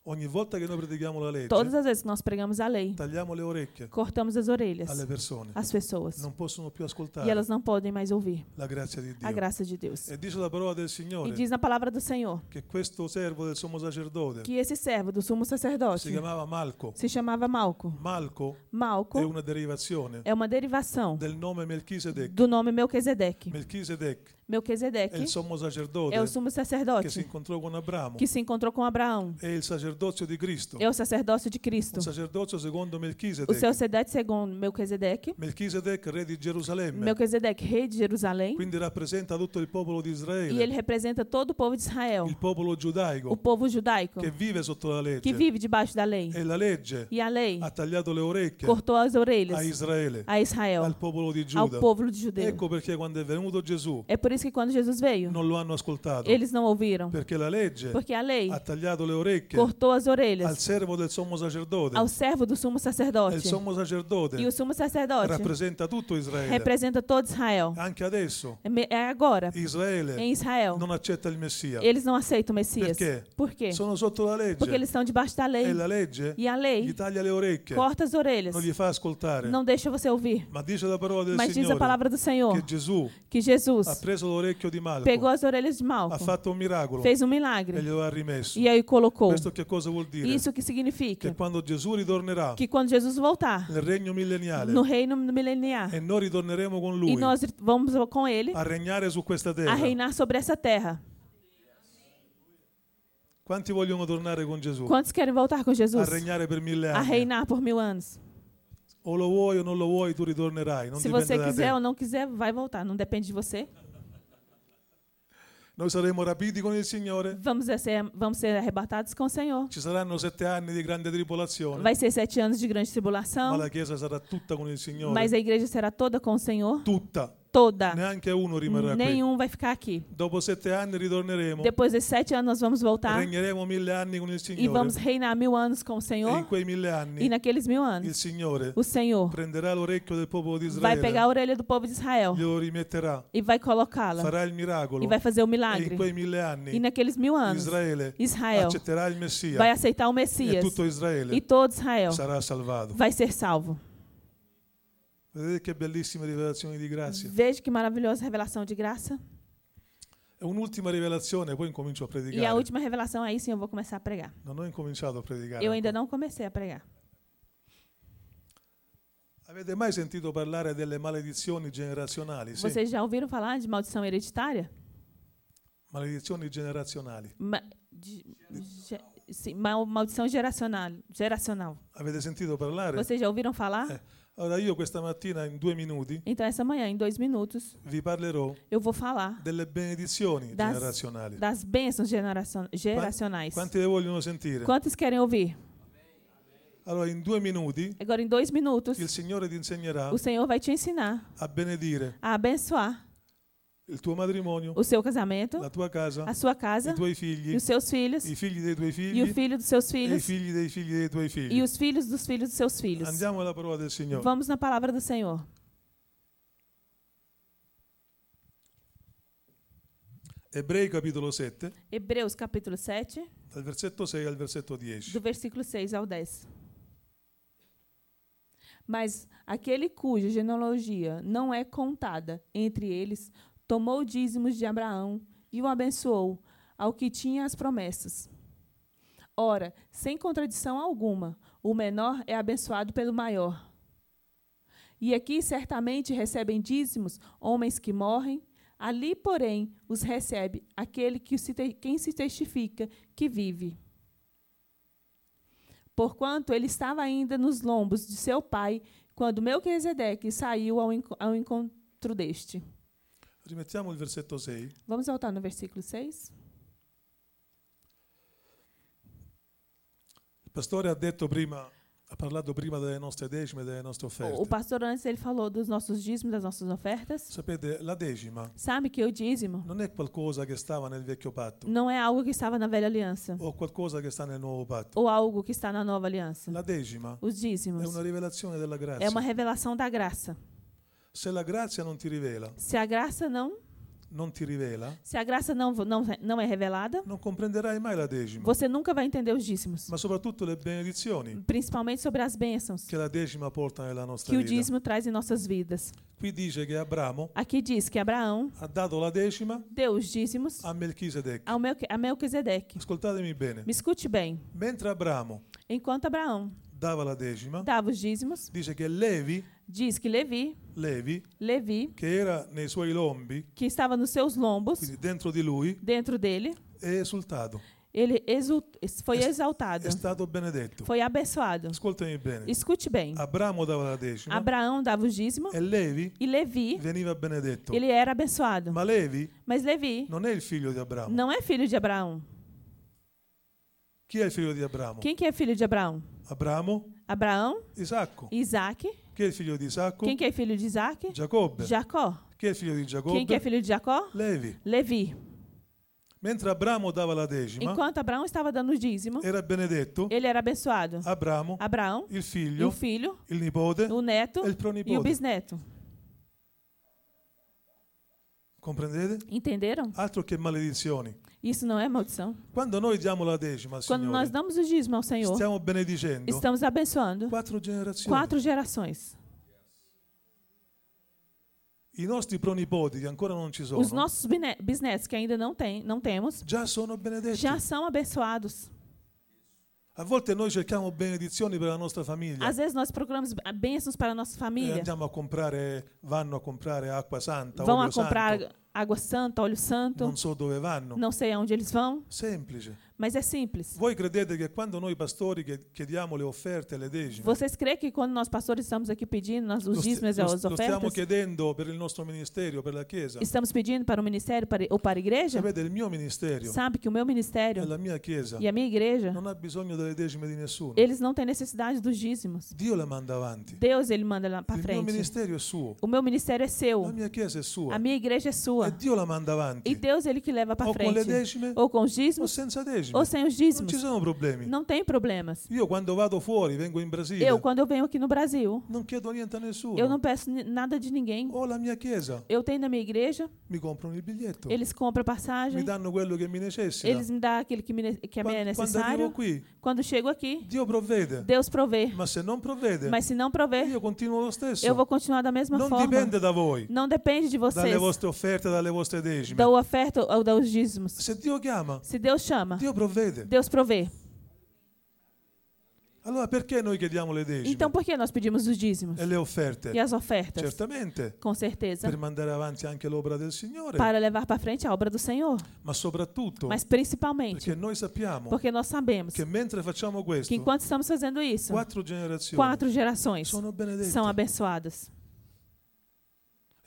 Ogni volta che noi predichiamo la
Todas
legge,
as vezes que nós pregamos a lei,
tagliamo le orecchie
cortamos as orelhas
alle persone.
às pessoas
Non possono più
e
ascoltare
elas não podem mais ouvir
la grazia di
a
Dio.
graça de Deus.
E dice la parola del
E
Signore
diz na palavra do Senhor
che questo servo del sommo sacerdote
que esse servo do sumo
si
sacerdote
chiamava Malco.
se chamava Malco.
Malco è
Malco
una derivazione
é uma derivação
del nome Melchisedec.
do nome Melquisedeque.
Melchisedec è
Melquisedeque
il sommo
é o
sacerdote
sumo
che si
sacerdote
incontrò con Abramo.
que se encontrou com Abraão.
È il sacerdozio di Cristo.
É o sacerdócio de Cristo.
Un sacerdozio secondo
O seu
Melchisedec.
sacerdócio segundo Melquisedeque,
Melchisedec, re di Gerusalemme.
Melquisedeque, rei de Jerusalém,
Quindi rappresenta tutto il popolo di
e ele
Israele,
representa todo o povo de Israel,
il popolo
o
giudaico
povo
Esatto.
judaico,
che vive sotto la
que
legge.
vive debaixo da lei.
E la legge
E a lei
ha tagliato le orecchie
cortou as
a
orelhas
Israele,
a Israel, É
al popolo di
ao
Giuda.
povo de judeu.
Ecco perché quando è venuto Gesù
É por isso que quando Jesus veio,
non lo hanno ascoltato,
eles não ouviram,
perché la legge
porque a lei
ha tagliato le orecchie
cortou as
al
orelhas
servo del sommo sacerdote.
ao servo do sumo
E il
sacerdote.
sommo
E o
sacerdote
sumo sacerdote
rappresenta tutto Israele.
representa todo Israel.
Anche adesso
É me- É agora, em
Israele
Israel.
non accetta il Messia.
Eles não aceitam o Messias.
Perché?
Por quê?
Sono sotto la
Porque
legge
eles estão debaixo da lei.
e la legge
E a lei
gli taglia le orecchie,
corta as orelhas.
non gli fa ascoltare.
Não deixa você ouvir.
Ma dice la parola del
Mas diz a
Signore
palavra do Senhor
che Gesù
que Jesus
ha preso l'orecchio di Malco,
pegou as orelhas de
ha
Malco,
fatto un miracolo
fez um
e
milagre
glielo ha rimesso.
e aí colocou.
Questo che cosa vuol dire?
Isso que
Che
significa
quando Gesù ritornerà
que quando Jesus voltar
nel regno milleniale
no reino mileniar
e noi ritorneremo con
e
Lui
nós vamos com ele
a regnare su questa
a
terra,
reinar sobre essa terra.
quanti vogliono tornare con Gesù?
Quantos querem voltar com
A né?
Jesus? Ah,
regnare per mille
A
anni.
reinar por mil anos.
O lo vuoi o non lo vuoi, tu ritornerai. Non
Se
dipende
você
da
quiser
te.
ou não quiser, vai voltar. Não depende de você.
Noi saremo rapiti con il Signore.
Vamos a ser, vamos ser arrebatados com o Senhor.
Ci saranno sette anni di grande tribolazione,
Vai ser sete anos de grande
ma
tribulação,
la Chiesa sarà tutta con il Signore.
mas a igreja será toda com o Senhor.
Tutta.
toda.
Neanche uno rimarrà qui.
Nenhum vai ficar aqui.
Dopo sette anni ritorneremo,
Depois de sete anos nós vamos voltar
regneremo mille anni con il
e
Signore.
vamos reinar mil anos com o
E in
Senhor.
quei mille
E
anni
naqueles mil
il
anos,
Signore
o Senhor
prenderà l'orecchio del popolo di
vai pegar
Israele,
a orelha do povo de Israel
glielo rimetterà,
e vai colocá-la
farà il miracolo.
e vai fazer o
E in
milagre.
quei mille
E
anni
naqueles mil anos,
Israele
Israel
accetterà il
vai
Messia
aceitar o
e
Messias
tutto
e
Israele
todo Israel
sarà salvato.
vai ser salvo.
Vedete che bellissime rivelazioni di grazia.
Veja que maravilhosa revelação de graça.
È un'ultima rivelazione, poi incomincio a
E a
predicare.
última revelação, aí sim eu vou começar a pregar.
Non ho incominciato a predicare.
Eu ainda
ancora.
não comecei a pregar.
Avete mai sentito parlare delle maledizioni generazionali? Sì,
Vocês já ouviram falar de maldição hereditária?
maledizioni generazionali.
Ma- de- ge- sim, mal- maldição geracional. geracional.
Avete sentito parlare?
Vocês já ouviram falar?
Eh. Allora io questa mattina in due minuti
Então, essa manhã, em dois minutos,
vi parlerò
eu vou falar
delle benedizioni
Das-
generazionali.
das bênçãos generacion- geracionais.
Quante le vogliono sentire?
Quantos querem ouvir?
Allora in due minuti
Agora, em dois minutos,
il Signore ti insegnerà
o Senhor vai te ensinar
a benedire
a abençoar
il tuo matrimonio,
o seu casamento,
la tua casa,
a sua
i
casa,
tuoi figli,
tá. e os seus filhos,
i figli dei tuoi
e o
figli,
filho dos seus
e i
filhos,
figli dei figli dei tuoi
e
figli.
os filhos dos filhos dos seus filhos.
Andiamo alla parola del Signore.
Vamos na palavra do Senhor.
Ebrei capitolo 7,
Hebreus capítulo 7,
dal versetto 6 al versetto 10.
do versículo 6 ao 10. Mas aquele cuja genealogia não é contada entre eles, tomou dízimos de Abraão e o abençoou, ao que tinha as promessas. Ora, sem contradição alguma, o menor é abençoado pelo maior. E aqui certamente recebem dízimos homens que morrem, ali, porém, os recebe aquele que se te- quem se testifica que vive porquanto ele estava ainda nos lombos de seu pai, quando Melquisedeque saiu ao, enco- ao encontro deste.
Rimettiamo il versetto 6.
Vamos voltar no versículo 6?
Il pastore ha detto prima, ha parlato prima delle nostre decime e delle nostre
O, o
offerte.
pastor antes ele falou dos nossos dízimos, das nossas ofertas.
Sapete, la decima
Sabe que o dízimo
non è qualcosa che stava nel vecchio patto
não é algo que estava na velha aliança
o qualcosa che sta nel nuovo patto.
ou algo que está na nova aliança.
La decima
Os
è
dízimos
una rivelazione della
é
grazia.
uma revelação da graça.
Se la grazia non ti rivela,
Se a graça não,
non ti rivela,
se a graça não vo- não, não é revelada,
non comprenderai mai la decima,
você nunca vai entender os dízimos,
ma soprattutto le benedizioni
principalmente sobre as bênçãos
che la decima porta nella nostra
que o
vita.
dízimo traz em nossas vidas.
Qui dice che Abramo
Aqui diz que Abraão
ha dato la decima
deu os dízimos
a Melchisedec.
ao Melqu- a Melquisedeque.
Ascoltatemi bene.
Me escute bem.
Mentre Abramo
Enquanto Abraão
dava la decima,
dava os dízimos,
dice che Levi,
diz que Levi,
Levi,
Levi,
che era nei suoi lombi,
que estava nos seus lombos,
quindi dentro di lui,
dentro dele,
è esultato,
ele exul- foi exaltado,
è stato benedetto.
foi abençoado.
Ascoltami bene.
Escute bem.
Abramo dava la decima
Abraão dava os dízimos
e Levi
e Levi,
veniva benedetto.
ele era abençoado.
Ma Levi
Mas Levi
non è il figlio di Abramo.
não é filho de Abraão.
Chi è il figlio di Abramo?
Quem que é filho de Abraão?
Abramo,
Abraão,
Isacco.
Isaac.
Chi è il figlio di Isacco?
Quem que é filho de Isaac?
Giacobbe.
Jacó.
Chi è il figlio di
Quem que é
Giacobbe?
filho de Jacó?
Levi.
Levi.
Mentre Abramo dava la decima,
Enquanto Abraão estava dando o dízimo,
era benedetto
ele era abençoado.
Ah, Abramo,
Abraão,
il
e o
figlio,
filho,
il nipote,
o neto
e il
e o
pronipote.
bisneto.
Comprendete?
Entenderam?
Altro che maledizioni.
Isso não é maldição.
Quando noi diamo la decima, al
Quando nós
Signore,
damos o dízimo ao Senhor,
stiamo benedicendo
estamos abençoando
quattro generazioni.
quatro gerações.
I nostri pronipoti, che ancora non ci
Os
sono,
nossos bine- bisnetos que ainda não, tem, não temos
già sono benedetti.
já são abençoados.
A volte noi cerchiamo benedizioni per la nostra famiglia.
Às vezes nós procuramos b- bênçãos para a nossa
E
família.
andiamo a comprare, vanno a comprare acqua santa,
Vão
olio
a comprar
santo.
água santa, óleo santo.
Non so dove vanno.
Não sei aonde eles vão.
Semplice.
Mas é simples.
Voi credete che quando noi pastori che- chiediamo le offerte e le decime,
Vocês creem que quando nós pastores estamos aqui pedindo nós,
lo,
os
sti-
dízimos e
lo-
as
lo stiamo
ofertas,
chiedendo per il nostro ministero, per la Chiesa?
estamos pedindo para o ministério para, ou para a igreja,
Sapete, il mio ministero
sabe que o meu
e
ministério
la mia Chiesa
e a minha igreja,
non ha bisogno delle decime di nessuno.
eles não têm necessidade dos dízimos.
Dio la manda avanti.
Deus ele manda lá para
Il mio
frente.
ministero è suo,
O meu ministério é
la
seu,
mia Chiesa è
a
sua.
minha igreja é sua.
E Dio la manda
E
avanti.
Deus ele que leva para
O con le
frente.
decime
Ou com os
o
dízimos
senza
ou
decime.
sem
Non
os
ci
dízimos.
sono problemi.
Não tem problemas.
Io quando vado fuori, vengo in Brasile,
Eu, quando eu venho aqui no Brasil,
non chiedo niente a nessuno.
eu não peço ni- nada de ninguém.
Ho la mia Chiesa,
Eu tenho na minha igreja,
mi comprano il biglietto,
eles compram
mi
passagem,
danno quello che mi necessita.
eles me dão aquilo que, me, ne- que é
Quan- quando arrivo
necessário.
qui,
Quando chego aqui,
Dio provvede.
Deus provê.
Ma se non provvede,
Mas se não prover,
io continuo lo stesso.
eu vou continuar da mesma
non
forma.
dipende da voi,
Não depende de
dalle
vocês,
vostre offerte, dalle vostre decime.
da oferta ou dos dízimos.
Se Dio chiama,
Se Deus chama,
Dio provvede.
Deus provê.
Allora perché noi chiediamo le decime
Então por que nós pedimos os dízimos
e le offerte?
e as ofertas?
Certamente,
Com certeza,
per mandare avanti anche l'opera del Signore,
para levar para frente a obra do Senhor.
ma soprattutto
Mas principalmente
perché noi sappiamo
é porque é nós sabemos
che mentre facciamo
que
questo,
enquanto estamos fazendo isso,
quattro generazioni
quatro gerações
sono benedette.
são abençoadas.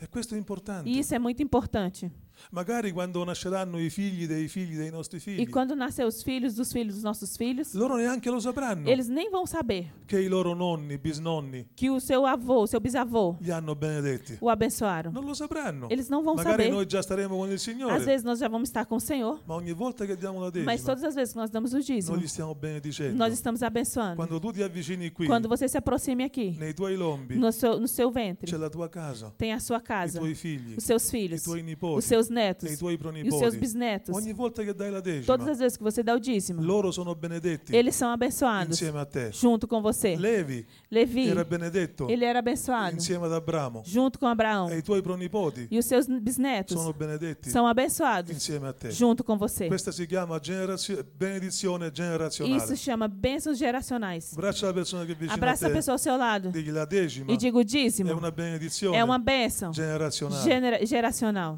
E questo è importante.
E isso é muito importante.
Magari quando nasceranno i figli dei figli dei nostri
E
figli,
quando nascer os filhos dos filhos dos nossos filhos,
loro neanche lo sapranno
eles nem vão saber
che i loro nonni, bisnonni,
que o seu avô, o seu bisavô,
li hanno benedetti.
o abençoaram.
Non lo sapranno.
Eles não vão
Magari
saber.
noi già staremo con il Signore,
Às vezes nós já vamos estar com o Senhor,
ma ogni volta che diamo la
mas
decima,
todas as vezes que nós damos o dízimo,
noi gli stiamo benedicendo.
nós estamos abençoando.
Quando tu ti avvicini qui,
Quando você se aproxime aqui,
nei tuoi lombi,
no seu, no seu
c'è
ventre,
la tua casa,
tem a sua
i
casa,
tuoi figli,
os seus
i
filhos,
tuoi
os
nipoti,
seus netos
e i tuoi
e os seus
pronipoti.
bisnetos.
Ogni volta che dai la decima,
Todas as vezes que você dá o dízimo,
loro sono benedetti
eles são abençoados
insieme a te.
junto com você.
Levi
Levi,
era benedetto
ele era abençoado
insieme ad Abramo
junto com Abraão.
e i tuoi pronipoti
E os seus bisnetos
sono benedetti
são abençoados
insieme a te.
junto com você.
Questa si chiama generazio- benedizione
Isso
generazionale.
chama bênçãos geracionais.
Abbraccia la persona che è vicino
Abraça
a
a
te,
pessoa ao seu lado
digli la decima
e diga o
è
dízimo
una benedizione
é uma bênção
generazionale.
genera- geracional.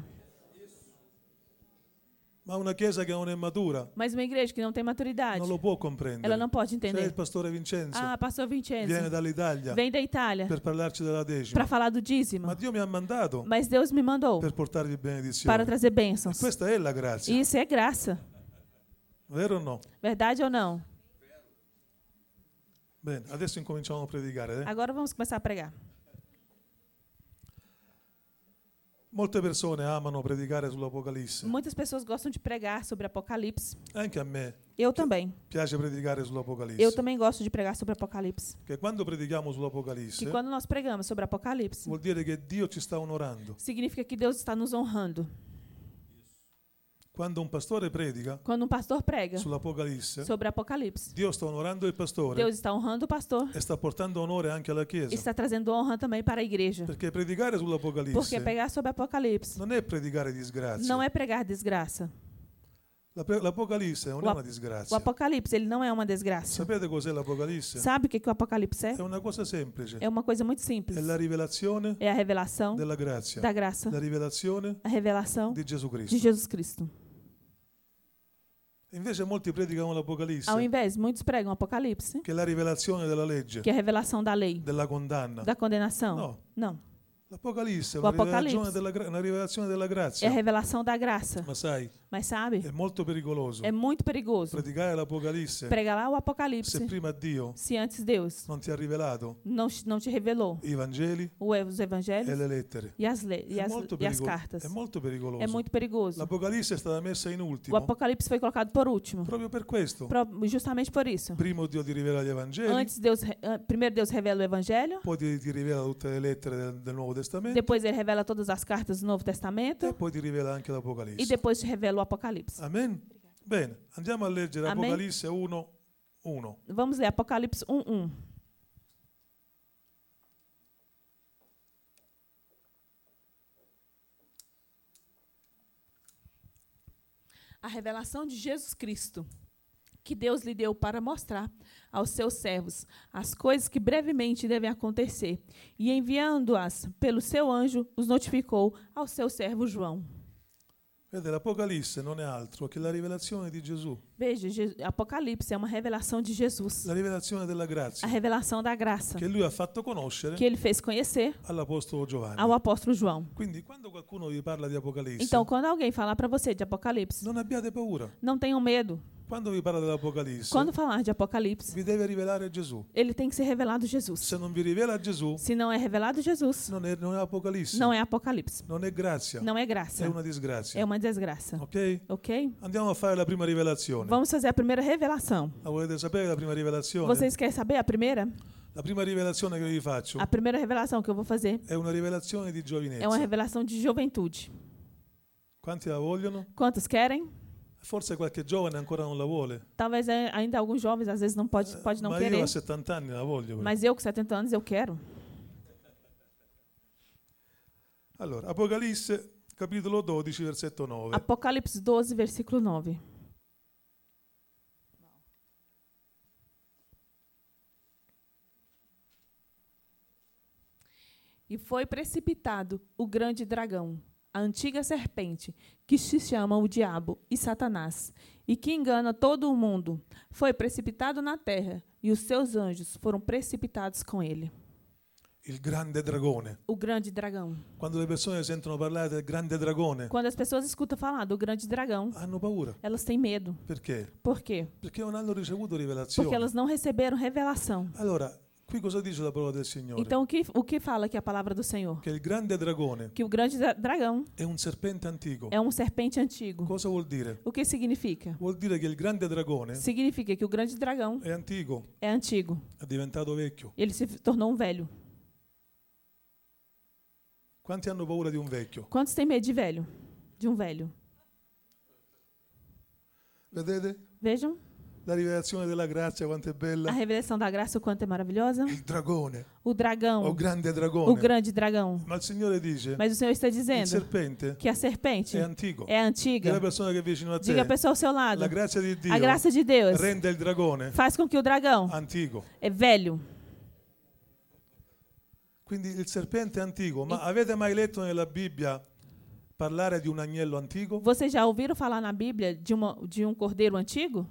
Ma una chiesa che non è matura
Mas uma igreja que não tem maturidade,
non lo può comprendere.
ela não
C'è
pode
il
entender.
pastore Vincenzo,
Ah, pastor
viene
Vincenzo,
dall'Italia
vem da Itália
per parlarci della
para
decima.
falar do dízimo.
Ma Dio mi ha mandato
Mas Deus me mandou
per portargli
para
benedizione.
trazer bênçãos.
Questa è la grazia,
Isso é graça.
vero o no?
Verdade ou não?
Bene, adesso incominciamo a predicare. eh.
Agora vamos começar a pregar.
Molte persone amano predicare sull'Apocalisse.
Muitas pessoas gostam de pregar sobre Apocalipse.
Anche a me
Eu também.
piace predicare
Eu
sull'Apocalisse.
também gosto de pregar sobre Apocalipse.
Che quando predichiamo
Que
sull'Apocalisse
quando nós pregamos sobre Apocalipse,
vuol dire che Dio ci sta onorando.
significa que Deus está nos honrando.
Quando un pastore predica
Quando um pastor prega
sull'Apocalisse,
sobre Apocalipse,
Dio sta onorando il pastore
Deus está honrando o pastor
e sta portando onore anche alla
e
Chiesa.
está trazendo honra também para a igreja.
Perché predicare
Porque
sull'Apocalisse
pregar sobre Apocalipse
non è predicare disgrazia.
não é pregar desgraça.
La pre- L'Apocalisse non è una
O ap- O
disgrazia.
Apocalipse, ele não é uma desgraça.
Sapete cos'è l'Apocalisse?
Sabe o que que o Apocalipse é?
È una cosa semplice.
É uma coisa muito simples.
È la rivelazione
É a revelação
della grazia.
da graça.
La revelazione
A revelação
di Gesù
de
Cristo.
Jesus Cristo.
Invece molti predicano
Ao
l'Apocalisse,
invés, muitos pregam o Apocalipse,
che è la rivelazione della legge,
que é a revelação da lei,
della condanna.
da condenação.
No,
Não.
l'Apocalisse Eh, è
O
una rivelazione
Apocalisse.
della, gra- una revelazione della
É a
grazia.
revelação da graça.
Ma sai,
Mas é sabe?
è molto pericoloso
É muito perigoso
predicare l'Apocalisse
pregar lá o
se
Apocalipse
prima Dio
se antes Deus
non ti ha rivelato
não, te- não te revelou
i Vangeli
o ev- os
e
evangelhos
le lettere.
e as, le- e
È
as,
molto,
e as
pericolo-
cartas.
è molto pericoloso.
É muito perigoso.
L'Apocalisse è stata messa in
O
ultimo
Apocalipse foi colocado por último,
proprio per questo.
pro- justamente por isso.
Primo Dio ti rivela gli Evangeli,
Antes Deus, re- an- primeiro Deus revela o Evangelho,
poi ti, ti rivela tutte le lettere del, del Nuovo Testamento
depois Ele revela todas as cartas do Novo
e
Testamento
poi ti rivela anche
e
l'Apocalisse.
depois te revela o Apocalipse.
Amen? Bene, andiamo a leggere
Amen.
Apocalisse 1, 1.
Vamos ler Apocalipse 1:1. A revelação de Jesus Cristo, que Deus lhe deu para mostrar aos seus servos as coisas que brevemente devem acontecer, e enviando-as pelo seu anjo, os notificou ao seu servo João.
Ed l'Apocalisse non è altro che la rivelazione di Gesù,
Veja, Je- Apocalipse é uma revelação de Jesus,
la rivelazione della
a
grazia
revelação da graça
che lui ha fatto conoscere
que ele fez conhecer
all'Apostolo
ao
Giovanni.
apóstolo João.
Quindi quando qualcuno vi parla di Apocalisse,
Então, quando alguém falar para você de Apocalipse,
non abbiate paura.
não tenham medo.
Quando vi parla dell'Apocalisse,
Quando falar de Apocalipse,
vi deve rivelare Gesù.
ele tem que ser revelado Jesus.
Se non vi rivela Gesù,
Se não é revelado Jesus,
non è, non è Apocalisse,
não é Apocalipse,
non è grazia,
não é graça,
è una disgrazia.
é uma desgraça.
Ok?
Ok?
Andiamo a fare la prima rivelazione.
Vamos fazer a primeira revelação.
La volete sapere la prima rivelazione?
Vocês querem saber a primeira?
La prima rivelazione che vi faccio
A primeira revelação que eu vou fazer
è una rivelazione di giovinezza.
é uma revelação de juventude.
Quanti la vogliono?
Quantos querem?
Forse qualche giovane ancora non la vuole,
Talvez é, ainda alguns jovens às vezes não pode, pode não
ma io
querer,
a 70 anni la voglio. però.
mas eu com 70 anos eu quero.
Allora, Apocalisse capitolo 12 versetto 9.
Apocalipse 12, versículo 9. E foi precipitado o grande dragão, a antiga serpente, que se chama o Diabo e Satanás, e que engana todo o mundo. Foi precipitado na terra, e os seus anjos foram precipitados com ele.
Il grande dragone.
O grande dragão.
Quando le persone sentono parlare del grande dragone,
Quando as pessoas escutam falar do grande dragão,
hanno paura.
elas têm medo.
Perché?
Por quê?
Perché non hanno ricevuto
Porque
rivelazione.
elas não receberam revelação.
Allora, qui cosa dice la parola del Signore?
Então, o que, o que fala aqui a palavra do Senhor?
Che il grande dragone
Que o grande dra- dragão
è un serpente antico.
é um serpente antigo.
Cosa vuol dire?
O que significa?
Vuol dire che il grande
É.
dragone
Significa que o grande dragão
è antico,
é antigo.
è diventato vecchio.
Ele se tornou um velho.
Quanti hanno paura di un vecchio?
Quantos têm medo de velho? De um velho.
Vedete?
Vejam
La rivelazione della grazia quanto è
a
bella.
revelação da graça, o quanto é maravilhosa.
Il dragone,
O
eh. Oh. o
dragão,
grande
o
dragone.
grande dragão.
Ma il Signore dice,
Mas o Senhor está
il
dizendo
serpente
que a serpente
è antico.
é
Dica alla
antiga.
persona che è vicino a te,
Diga a pessoa ao seu lado.
la grazia di
A
Dio
graça de Deus
rende il dragone
faz com que o dragão
antico.
é velho.
Quindi il serpente è antico. Ma avete mai letto nella Bibbia parlare di un agnello antico?
Vocês já ouviram falar na Bíblia de, uma, de um cordeiro antigo?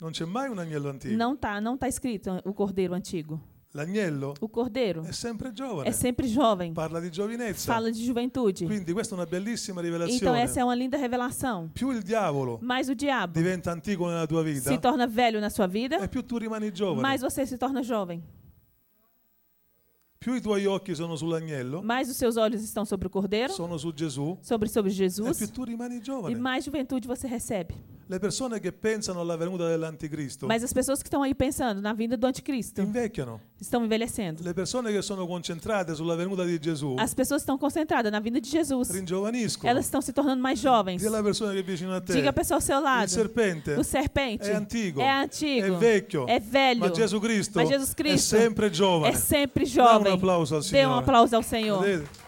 Non c'è mai un agnello antico.
Não tá, não tá escrito o cordeiro antigo.
L'agnello
O cordeiro
è sempre
é
giovane,
sempre jovem,
parla di giovinezza.
fala de juventude.
Quindi questa è una bellissima
Então
rivelazione.
essa é uma linda revelação.
Più il diavolo
Mais o diabo
diventa antico nella tua
se
vita,
torna velho na sua vida,
e più tu rimani giovane.
mais você se torna jovem,
Più i tuoi occhi sono sull'agnello,
mais os seus olhos estão sobre o cordeiro,
sono su Gesù,
sobre sobre
e
Jesus,
più tu rimani
e
giovane.
mais juventude você recebe.
Le persone che pensano alla venuta dell'anticristo
Mas as pessoas que estão aí pensando na vinda do anticristo
invecchiano.
estão envelhecendo.
Le persone che sono concentrate sulla venuta di Gesù
As pessoas estão concentradas na vinda de Jesus.
ringiovaniscono.
Elas estão se tornando mais jovens.
Dì alla persona che è vicino a te,
Diga a pessoa ao seu
il
lado.
serpente
O serpente
è antico,
é antigo,
è vecchio,
é velho,
ma Gesù Cristo,
mas Jesus
è
Cristo
sempre
é
giovane.
sempre
Dá
jovem.
un applauso al
Dê um
Signore.
aplauso ao Senhor.
Vedete?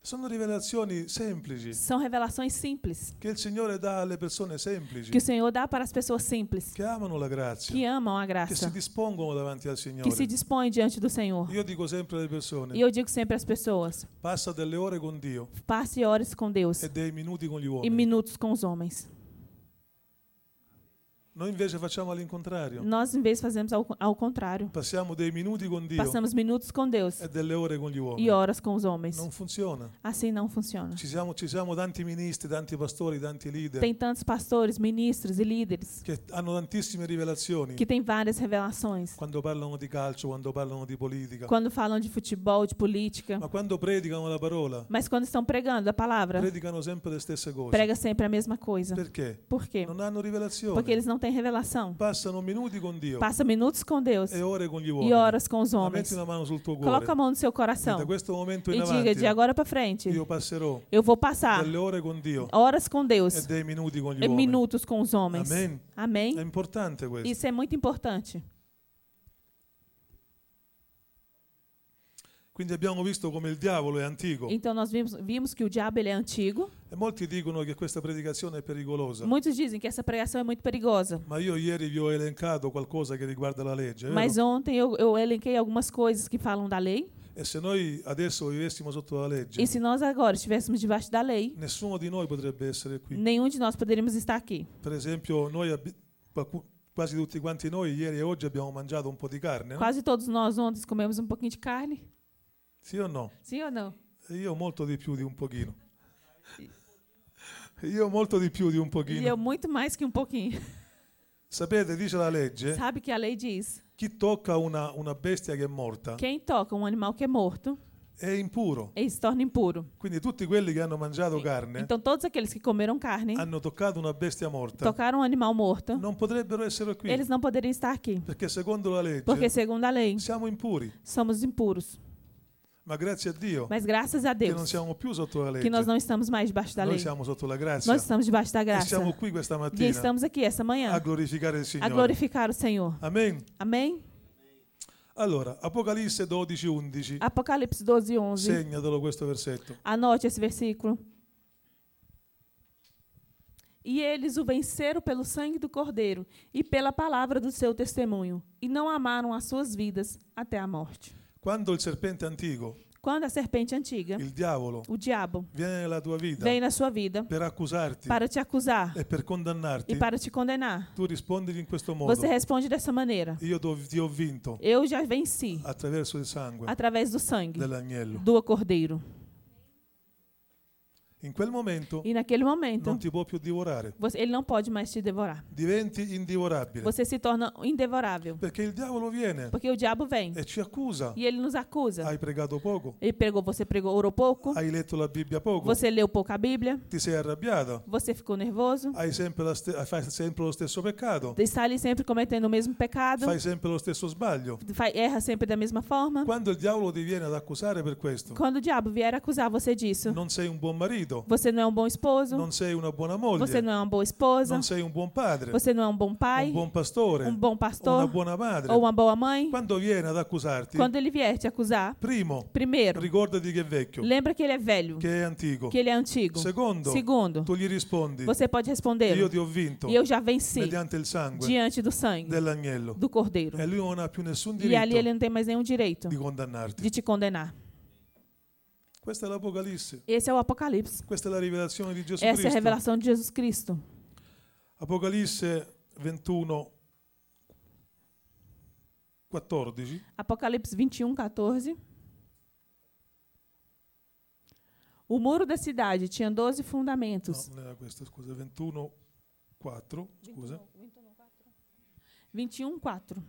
Sono rivelazioni semplici
São revelações simples
che il Signore dà alle persone semplici
que o Senhor dá para as pessoas simples
che amano la grazia,
que amam a
che si
graça,
dispongono davanti al
que se
Signore.
dispõem diante do Senhor.
Io dico sempre alle
E
persone,
eu digo sempre às pessoas:
passa delle ore con Dio
passe horas com Deus
e dei minuti con gli
e
uomini.
minutos com os homens.
Noi invece facciamo all'incontrario,
Nós, em vez, fazemos ao, ao contrário.
passiamo dei minuti con Dio
Passamos minutos com Deus
e delle ore con gli
e
uomini.
horas com os homens.
Non funziona.
Assim não funciona.
Ci siamo, ci siamo tanti ministri, tanti pastori, tanti leader
Tem tantos pastores, ministros e líderes
che hanno tantissime rivelazioni
que têm várias revelações.
quando parlano di calcio, quando parlano di politica,
quando falam de futebol, de política,
ma quando predicano la parola,
mas quando estão pregando a palavra,
predicano sempre le stesse cose.
prega sempre a mesma coisa.
Perché?
Por quê?
Non hanno
Porque
rivelazione.
eles não têm revelação.
Passano minuti con Dio
Passa minutos com Deus
e ore con gli uomini.
e horas com os
Ma
homens.
metti una mano sul tuo cuore.
Coloca a mão no seu
E da
coração
questo momento in
e diga de
avanti
agora para frente,
io passerò
é eu vou passar
delle ore con Dio
horas com
e
É Deus
dei minuti con gli
e
uomini.
minutos com os homens.
Amém.
Amém? É
È importante questo.
Isso é muito importante.
Quindi abbiamo visto come il diavolo è antico
Então nós vimos, vimos que o diabo ele é antigo.
e molti dicono che questa predicazione è pericolosa.
Muitos dizem que essa pregação é muito perigosa.
Ma io ieri vi ho elencato qualcosa che riguarda la legge. vero?
Mas ontem eu, eu elenquei algumas coisas que falam da lei.
E se noi adesso vivessimo sotto la legge,
E se nós agora estivéssemos debaixo da lei,
nessuno di noi potrebbe essere qui.
nenhum de nós poderíamos estar aqui.
Per esempio, noi abbi- qualcu- quasi tutti quanti noi ieri e oggi abbiamo mangiato un po' di carne, no?
Quase todos nós ontem comemos um pouquinho de carne.
Sì o no?
Sim ou não?
E Io molto di più di un pochino. Io molto di più di un
E
pochino.
eu muito mais que um pouquinho.
Sapete, dice la legge,
Sabe que a lei diz:
chi tocca una, una bestia che è morta
quem toca um animal que é morto,
è impuro.
ele se torna impuro.
Quindi tutti quelli che hanno mangiato carne
Então todos aqueles que comeram carne,
hanno toccato una bestia morta
tocaram um animal morto,
non potrebbero essere qui
eles não poderiam estar aqui.
perché secondo la
Porque,
legge
segundo a lei,
siamo impuri
somos impuros.
ma grazie a Dio
Mas graças a
che non
Deus,
siamo più sotto la legge
que nós
noi
não estamos mais debaixo da lei.
siamo sotto la grazia
Nós estamos debaixo da
e
graça.
siamo qui questa
E
mattina
estamos aqui essa
a
manhã
glorificare il
a
Signore
glorificar o Senhor.
Amen
Amém?
allora Apocalisse 12, 11
Apocalipse 12, 11.
segnatelo questo versetto
Anote esse versículo. E eles o venceram pelo sangue do Cordeiro e pela palavra do seu testemunho, e não amaram as suas vidas até a morte.
quando il serpente antico
Quando a serpente antiga,
il diavolo
o diabo,
viene nella tua vita
vem na sua vida
per accusarti
para te acusar
e per condannarti
e para te condenar,
tu rispondi in questo modo
você responde dessa maneira:
io do- ti ho vinto
Eu já venci
attraverso il sangue
através do sangue
dell'agnello
do Cordeiro.
In quel momento
E naquele momento,
non ti può più divorare,
você- ele não pode mais te devorar.
diventi indivorabile.
Você se torna indevorável.
Perché il diavolo viene
Porque o diabo vem
e ci accusa.
e ele nos acusa.
Hai pregato poco,
Ele pregou, você pregou, orou pouco,
hai letto la Bibbia poco,
você leu pouco a Bíblia,
ti sei arrabbiata,
você ficou nervoso,
hai sempre la ste- fai sempre lo stesso peccato,
está ali sempre cometendo o mesmo pecado,
fai sempre lo stesso sbaglio.
fa- erra sempre da mesma forma.
Quando il diavolo ti viene ad accusare per questo,
Quando o diabo vier acusar você disso,
non sei un buon marito,
você não é um bom esposo,
non sei una buona
você
moglie,
não é uma boa esposa,
non sei un buon padre,
você não é um bom
un
pai,
buon pastore,
um bom
una
pastor
buona
ou
madre.
uma boa mãe.
Quando viene ad accusarti,
Quando ele vier te acusar,
primo,
primeiro,
ricordati che è vecchio,
lembra que ele é velho,
che è antico.
que ele é antigo.
Secondo,
Segundo,
tu gli rispondi,
você pode responder:
io ti ho vinto
E eu já venci
mediante il sangue
diante do sangue
dell'agnello
do cordeiro.
e lui non ha più nessun
E ali
diritto
ele não tem mais nenhum direito
Esatto. di condannarti.
de te condenar.
Questa è l'Apocalisse,
Esse é o Apocalipse.
questa è la rivelazione di Gesù
Essa é a
Cristo.
revelação de Jesus Cristo.
Apocalisse 21, 14,
Apocalipse 21, 14. O muro da cidade tinha 12
no,
fundamentos.
non era questa, scusa, 21, 4, scusa.
21, 4.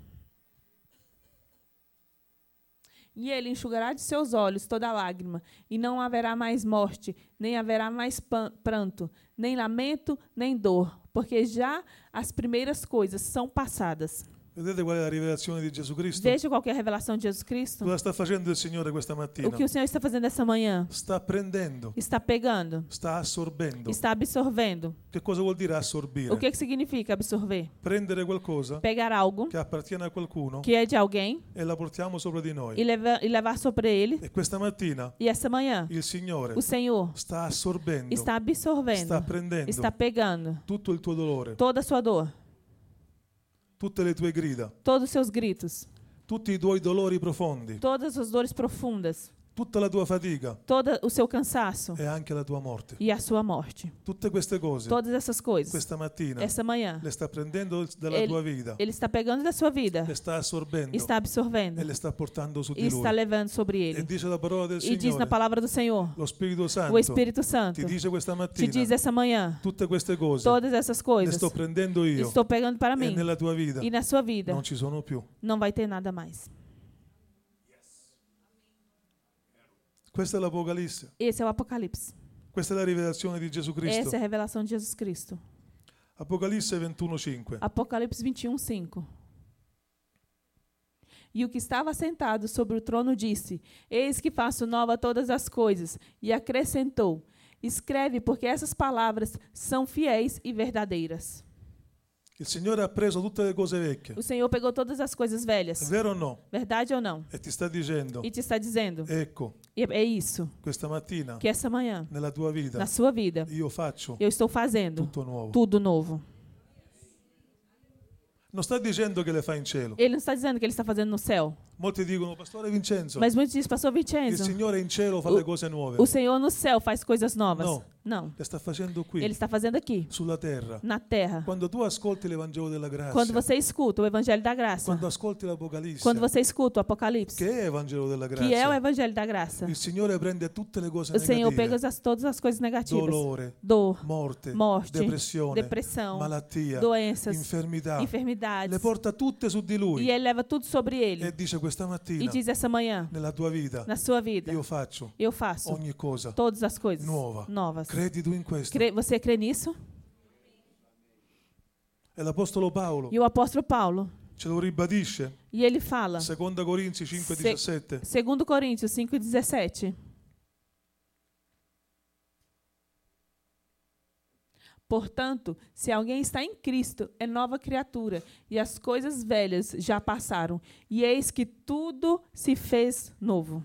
E ele enxugará de seus olhos toda lágrima, e não haverá mais morte, nem haverá mais pan- pranto, nem lamento, nem dor, porque já as primeiras coisas são passadas.
Vedete qual è la rivelazione di Gesù Cristo?
Veja qual que é a revelação de Jesus Cristo.
Cosa sta facendo il Signore questa
O
mattina?
que o Senhor está fazendo essa manhã?
Sta prendendo,
Está pegando,
sta assorbendo.
está absorvendo.
Che cosa vuol dire assorbire?
O que, que significa absorver?
Prendere qualcosa
Pegar algo
che appartiene a qualcuno
que é de alguém
e la portiamo sopra di
e,
noi.
leva- e levar sobre ele.
E questa mattina
E essa manhã,
il Signore
o Senhor
sta assorbendo,
está absorvendo,
sta prendendo
está pegando
tutto il tuo dolore,
toda a sua dor,
tutte le tue grida,
todos os seus gritos,
tutti i tuoi dolori profondi,
todas as dores profundas,
tutta la tua fatica
todo o seu cansaço
e anche la tua morte.
e a sua morte.
Tutte queste cose
Todas essas coisas.
questa mattina
Essa manhã,
le sta prendendo dalla
Ele-
tua vita,
ele está pegando da sua vida,
le sta assorbendo
está absorvendo
e le sta portando su di
e está
lui.
levando sobre
E
ele.
dice la parola del
E diz na
Signore,
palavra do Senhor,
lo Spirito Santo
o Espírito Santo
ti dice questa
te diz
mattina
essa manhã,
tutte queste cose
todas essas
le
coisas
sto prendendo io
estou pegando para
e
mim
nella tua vita
e na sua vida
non ci sono più.
não vai ter nada mais.
Questa è l'Apocalisse,
Esse é o Apocalipse.
questa è la rivelazione di Gesù Cristo.
Essa é a revelação de Jesus Cristo.
Apocalisse 21:5.
Apocalipse 21, 5. E o que estava sentado sobre o trono disse: Eis que faço nova todas as coisas. E acrescentou: Escreve, porque essas palavras são fiéis e verdadeiras.
Il Signore ha preso tutte le cose vecchie,
O Senhor pegou todas as coisas
è
velhas,
vero o no?
verdade ou não?
E ti sta dicendo,
E te está dizendo:
ecco,
"E- É isso,
questa mattina
que essa manhã,
nella tua vita
na sua vida,
io faccio
eu estou fazendo
tutto nuovo.
tudo novo.
Non sta dicendo che le fa in cielo.
Ele não está dizendo o que ele está fazendo no céu.
Molti dicono, Pastore Vincenzo,
Mas muitos dizem, pastor
il
Vincenzo,
Signore in cielo fa
O-
le cose nuove.
o Senhor no céu faz coisas novas.
Não.
Não.
Le sta facendo
Ele
qui,
está fazendo aqui,
sulla terra.
na terra.
Quando tu ascolti l'Evangelo della grazia,
Quando você escuta o Evangelho da Graça,
quando ascolti l'Apocalisse,
quando você escuta o Apocalipse,
che è Evangelo della
que é o
grazia,
Evangelho da Graça, é
il Signore prende tutte le cose
o Senhor pega
negative,
as, todas as coisas negativas:
dolore,
dor,
morte,
morte, né?
depressione,
depressão,
malattia,
doenças,
infermità,
enfermidades,
le porta tutte su di
e
Lui
ele leva tudo sobre ele
e dice questa
e
mattina,
diz essa manhã,
nella tua vita,
na sua vida,
io faccio
eu faço
ogni cosa
todas as coisas
nuova.
novas.
Credi tu in questo?
Crê- Você crê nisso?
E l'Apostolo Paolo
E o apóstolo Paulo,
ce lo ribadisce,
e ele fala,
2 Corinzi 5, 17.
2 Coríntios 5,17. Portanto, se alguém está em Cristo, é nova criatura, e as coisas velhas já passaram, e eis que tudo se fez novo.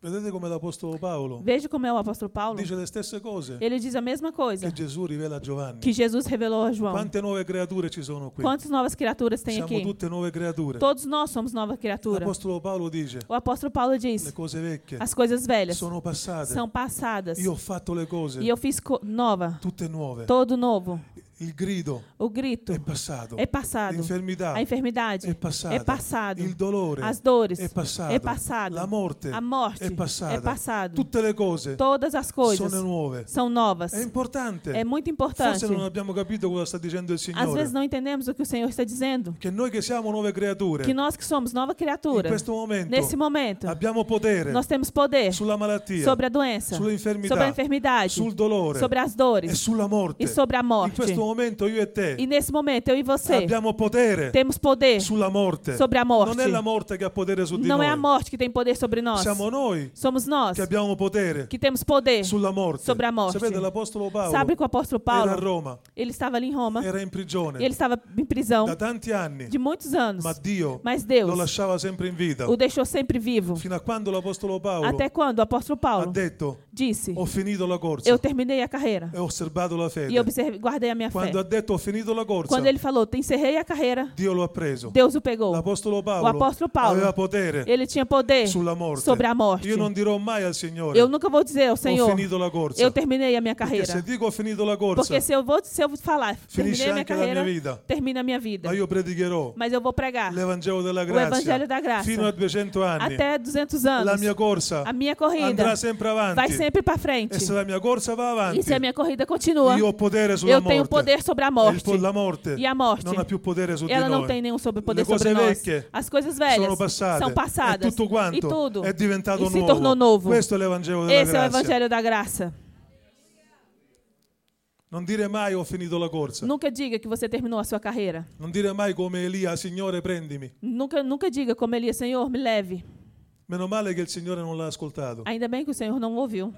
Vedete come l'Apostolo Paolo
Veja como é o apóstolo Paulo.
dice le stesse cose
Ele diz a mesma coisa
che Gesù rivela a Giovanni.
que Jesus revelou a João.
Quante nuove creature ci sono qui?
Quantas novas criaturas tem
Siamo
aqui?
tutte nuove creature.
Todos nós somos nova criatura.
L'Apostolo Paolo dice
O apóstolo Paulo
le
diz:
cose vecchie
as coisas velhas
Ah, sono passate.
são passadas,
Io ho fatto le cose
e eu fiz co- nova.
tutte nuove.
Todo novo.
Il grido
O grito
è passato.
é passado.
L'infermità
A enfermidade
è passata.
é passado.
Il dolore
As dores
è passato.
é passado.
La morte
A morte
è passata.
é passado.
Tutte le cose
Todas as coisas
sono nuove.
são novas.
È importante.
É muito importante.
Forse non abbiamo capito cosa sta dicendo il
Às
Signore.
vezes não entendemos o que o Senhor está dizendo.
Che noi che siamo nuove creature,
Que nós que somos nova
in
criatura,
questo momento
nesse momento,
abbiamo potere
nós temos poder
sulla malattia,
sobre a doença,
sulla infermità,
sobre a enfermidade,
sul dolore
sobre as
e
dores
sulla morte.
e sobre a
In
morte.
questo momento io e te
E nesse momento, eu e você
abbiamo potere
temos poder
sulla morte.
sobre a morte.
Non è la morte che ha potere su di
Não
noi.
é a morte que tem poder sobre nós.
Siamo noi
Somos nós
che abbiamo potere
que temos poder.
sulla morte.
Sopra la morte.
Sapete, l'Apostolo Paolo
Sabe que o apóstolo
era a
Paulo,
Roma,
ele estava ali em Roma,
era in prigione
ele estava em prisão
da tanti anni,
de muitos anos,
ma Dio
mas
lo
Deus
lasciava sempre in vita.
o deixou sempre vivo.
Fino a quando l'Apostolo Paolo
Até quando o apóstolo
ha
Paulo
detto
disse:
ho finito la corsa
Eu terminei a carreira
e ho osservato la fede.
e observe- guardei a minha fé.
Quando ha detto ho finito la corsa,
Quando ele falou: "Te Encerrei a carreira,
Dio lo ha preso.
Deus o pegou.
L'Apostolo Paolo,
Apostolo Paolo
aveva potere
Ele tinha poder
sulla morte.
sobre a morte.
Io non dirò mai al Signore
Eu nunca vou dizer ao
ho
Senhor:
finito la corsa.
Eu terminei a minha
Perché
carreira.
se dico ho finito la corsa,
Porque se eu vou, se eu falar, terminei a minha
anche la
carreira,
mia vita.
termina a minha vida.
ma io predicherò
Mas eu vou pregar
l'Evangelo della grazia
Evangelho della grazia.
fino a 200 anni.
até 200 anos.
La mia corsa
a minha corrida
andrà sempre avanti.
vai sempre para frente.
E se la mia corsa va avanti,
E se a minha corrida continua,
io ho potere sulla
eu
morte.
tenho poder sobre
E
a
il
morte.
po- la morte
E a morte.
non ha più potere su
Ela
di
não
noi.
tem nenhum sobre
Le
poder
cose
sobre nós.
vecchie
As coisas velhas
sono passate.
são passadas.
E tutto quanto
e tudo
è diventato
e se
nuovo.
tornou novo.
Questo Eh, è l'Evangelo della
Esse é o
grazia.
evangelho da graça.
Non dire mai ho finito la corsa.
Nunca diga que você terminou a sua carreira.
Non dire mai come Elia, Signore prendimi.
Nunca, nunca diga como Elias, Senhor, me leve.
Meno male che il Signore non l'ha ascoltato.
Ainda bem que o Senhor não ouviu.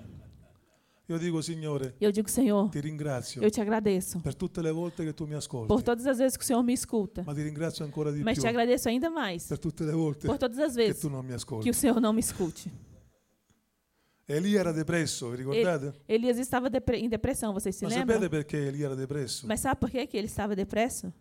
Io dico Signore,
Eu digo, Senhor,
ti ringrazio
eu te agradeço
per tutte le volte che tu mi
por
ascolti,
todas as vezes que o Senhor me escuta.
ma ti ringrazio ancora di
Mas
più
te agradeço ainda mais
per tutte le volte
por todas as
che
vezes
tu non mi ascolti.
que o Senhor não me escute.
Elia era depresso, vi ricordate?
Elias estava depre- em depressão, vocês se
Ma
lembram?
sapete perché Elia era depresso?
Mas sabe por que, que ele estava depresso?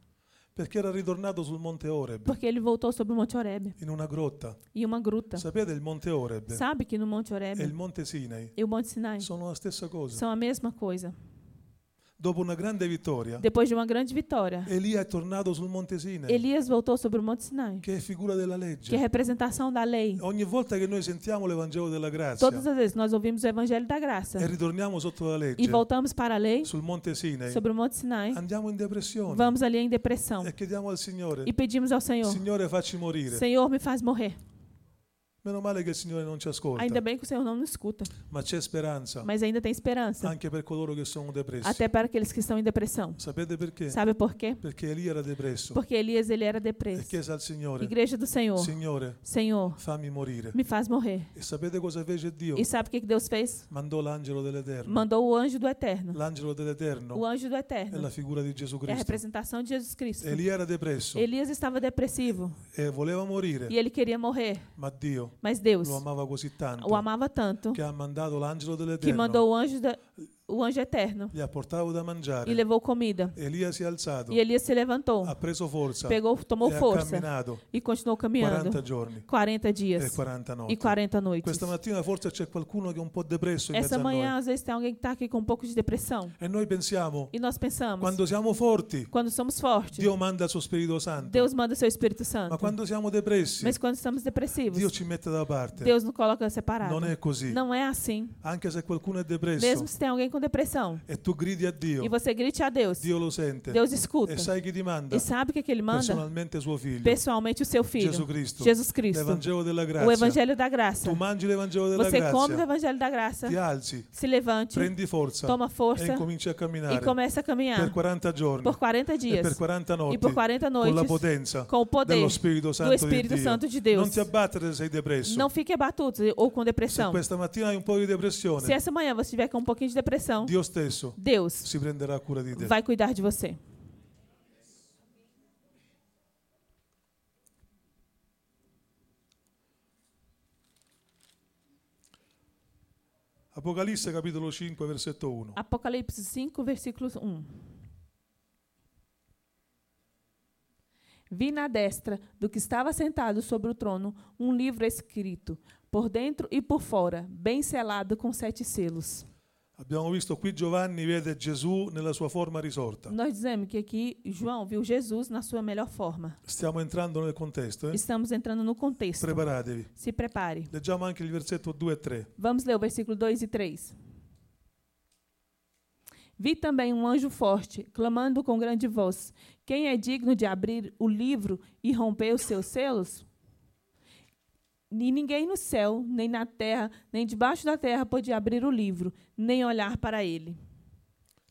Perché era ritornato sul monte Oreb,
Porque ele voltou sobre o Monte Oreb,
in una grotta.
em uma gruta.
Sapete il monte Oreb
Sabe que no Monte
e il
Oreb
monte Sinai
e o Monte Sinai
sono la stessa cosa.
são a mesma coisa.
Dopo una grande vittoria,
Depois de uma grande vitória,
Elia è tornato sul monte Sinai,
Elias voltou sobre o Monte Sinai,
che è figura della
que é
legge.
representação da lei.
Ogni volta che noi sentiamo l'Evangelo della grazia
Todas as vezes nós ouvimos o Evangelho da Graça
e ritorniamo sotto la
e
legge,
voltamos para a lei Ah, né?
sul monte Sinai,
sobre o Monte Sinai,
andiamo in depressione
vamos ali em depressão
e chiediamo al Signore,
e pedimos ao Senhor:
Signore facci morire.
Senhor, me faz morrer.
Meno male che il Signore non ci
Ainda
ascolta,
bem que o Senhor não nos escuta,
ma c'è speranza
mas ainda tem esperança.
anche per coloro che sono depressi.
Até para aqueles que estão em depressão.
Sapete perché?
Sabe por quê?
Perché Elia era depresso
Porque Elias ele era
e
depresso.
chiese al Signore,
Igreja do Senhor,
Signore,
Senhor,
fammi morire.
me faz morrer.
E sapete cosa fece Dio?
E sabe o que que Deus fez?
Mandò l'angelo dell'Eterno.
Mandou o anjo do eterno.
L'angelo
O
dell'Eterno
anjo do
è la
eterno
figura di Gesù
é a
Cristo.
representação de Jesus Cristo.
Elia era depresso
Elias estava depressivo
e voleva morire,
e ele queria morrer,
ma Dio
mas Deus
É. lo amava così
o
tanto
amava tanto
che ha mandato l'angelo
que
dell'Eterno.
mandou o anjo da- o anjo eterno
gli ha portato da mangiare.
e levou comida.
Elia si è alzato,
E Elias se levantou,
ha preso forza
pegou, tomou
e ha
força
camminato
e continuou caminhando
40 giorni
40
e
dias É,
40 notti.
e 40 noites.
Questa mattina forse c'è qualcuno che è un po' depresso in
Essa
mezzo a
manhã,
noi.
às vezes, tem alguém que está aqui com um pouco de depressão.
E noi pensiamo,
E nós pensamos,
quando siamo forti,
quando somos fortes,
Dio manda il suo Spirito Santo.
Deus manda seu Espírito
Ma
Santo.
quando siamo depressi,
Mas quando estamos depressivos,
Dio ci mette da parte.
Deus nos coloca separado.
non è così.
Não é assim.
Anche se qualcuno è depresso
Mesmo se tem alguém com depressão
e tu gridi a Dio,
e você grite a Deus, é.
Dio lo sente
Deus escuta
e sai chi ti manda
e sabe o que, que Ele manda
personalmente suo figlio,
pessoalmente o seu filho,
Gesù Cristo.
Jesus Cristo,
L'Evangelo della
o
grazia.
Evangelho da Graça.
Tu mangi l'Evangelo della
Você come o
grazia,
Evangelho da Graça,
ti alzi,
se levante,
prendi forza
toma
e
força
incominci a
e
camminare
começa a caminhar
per 40 giorni
por 40
e
dias
per 40 notti
e por 40
con la
noites
potenza
com o poder
dello Spirito Santo
do Espírito
di Dio.
Santo de
Non
Deus.
ti abbattere se sei depresso.
Não fique abatido ou com
se
depressão.
questa mattina hai un po' di depressione,
Se essa manhã você tiver com um pouquinho de depressão,
Dio stesso
Deus
si prenderà cura di te.
vai cuidar de você.
Apocalisse capitolo 5 versetto 1.
Ah. Apocalipse um. 5, versículo 1. Vi na destra do que estava sentado sobre o trono um livro escrito, por dentro e por fora, bem selado com sete selos.
Abbiamo visto qui Giovanni vede Gesù nella sua forma risorta.
Nós dizemos que aqui João viu Jesus na sua melhor forma.
Stiamo entrando nel contesto, eh?
Estamos entrando no contexto.
Preparatevi.
Se prepare.
Leggiamo anche il versetto 2 e 3.
Vamos ler o versículo 2 e 3. Vi também um anjo forte, clamando com grande voz: Quem é digno de abrir o livro e romper os seus selos? E ninguém no céu, nem na terra, nem debaixo da terra podia abrir o livro, nem olhar para ele.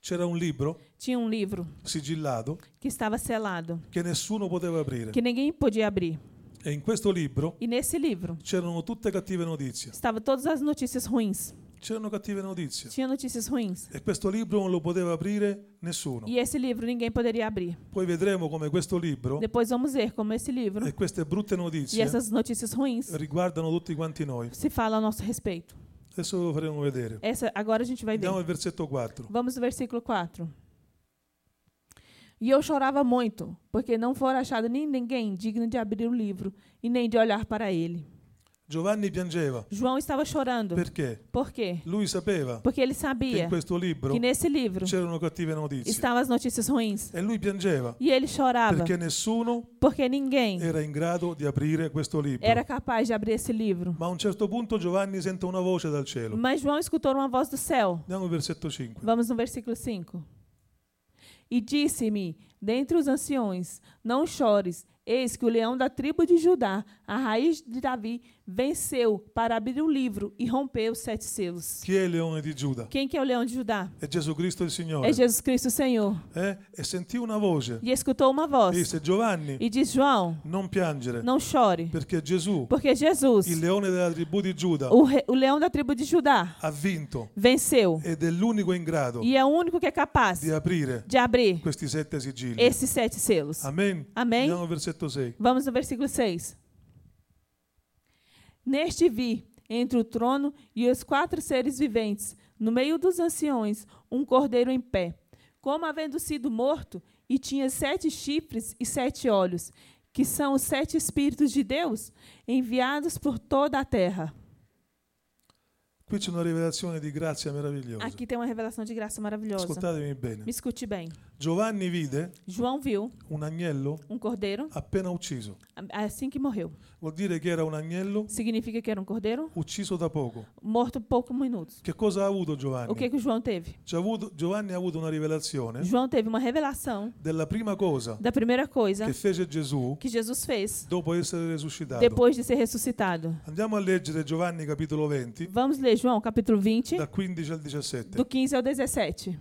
C'era un libro
Tinha um livro
sigillato
que estava selado,
che nessuno poteva aprire
que ninguém podia abrir.
e in questo libro
E nesse livro
c'erano tutte cattive notizie.
estavam todas as notícias ruins.
C'erano cattive notizie
Tinha notícias ruins.
e questo libro non lo poteva aprire nessuno.
E esse livro ninguém poderia abrir.
Poi vedremo come questo libro
Depois vamos ver como esse livro
e queste brutte
e
notizie
essas notícias ruins
riguardano tutti quanti noi.
se fala a nosso respeito.
Adesso ve lo faremo vedere.
Essa agora a gente vai ver.
Andiamo al versetto 4.
Vamos ao versículo 4. E eu chorava muito, porque não fora achado nem ninguém digno de abrir o livro e nem de olhar para ele.
Giovanni piangeva
João estava chorando.
perché
Por quê?
lui sapeva
Porque ele
che in
sabia
questo libro
que nesse livro
c'erano cattive notizie
estavam as notícias ruins.
e lui piangeva
E ele chorava,
perché nessuno
porque ninguém
era in grado di aprire questo
era
libro.
capaz de abrir esse livro.
Ma a un certo punto Giovanni sente una voce dal cielo.
Mas João escutou uma voz do céu.
Andiamo al versetto 5.
Vamos no versículo 5. E disse-me, dentre os anciões, não chores, eis que o leão da tribo de Judá, a raiz de Davi, venceu para abrir o livro e romper os sete selos.
Chi è il leone di Giuda?
Quem que é o leão de Judá?
È Gesù Cristo il Signore.
É Jesus Cristo, o Senhor.
Eh? E sentì una voce.
E escutou uma
e
voz
Disse Giovanni,
e diz, João,
non piangere
não chore,
perché Gesù,
porque Jesus,
il leone della tribù di Giuda,
o, re- o leão da tribo de Judá,
ha vinto
venceu
ed è l'unico in grado
e é o único que é capaz
di aprire
de abrir
questi sette sigilli.
esses sete selos.
Amen.
Amen.
Andiamo al versetto 6.
Vamos no versículo 6. Neste vi, entre o trono e os quatro seres viventes, no meio dos anciões, um cordeiro em pé, como havendo sido morto, e tinha sete chifres e sete olhos, que são os sete Espíritos de Deus, enviados por toda a terra.
Qui c'è una rivelazione di grazia meravigliosa.
Aqui tem uma revelação de graça maravilhosa.
Ascoltatemi bene.
Me escute bem.
Giovanni vide
João viu
un agnello
um cordeiro
appena ucciso.
a- assim que morreu.
Vuol dire che era un agnello
Significa que era um cordeiro
ucciso da poco.
morto poucos minutos.
Che cosa ha avuto
O que,
Giovanni?
que o João teve?
Ci ha avuto- Giovanni ha avuto una rivelazione
João teve uma revelação
della prima cosa
da primeira coisa
che fece Gesù
que Jesus fez
dopo essere risuscitato.
depois de ser ressuscitado.
Andiamo a leggere Giovanni capitolo 20,
Vamos ler João capítulo 20,
da 15 al 17.
do 15 ao 17.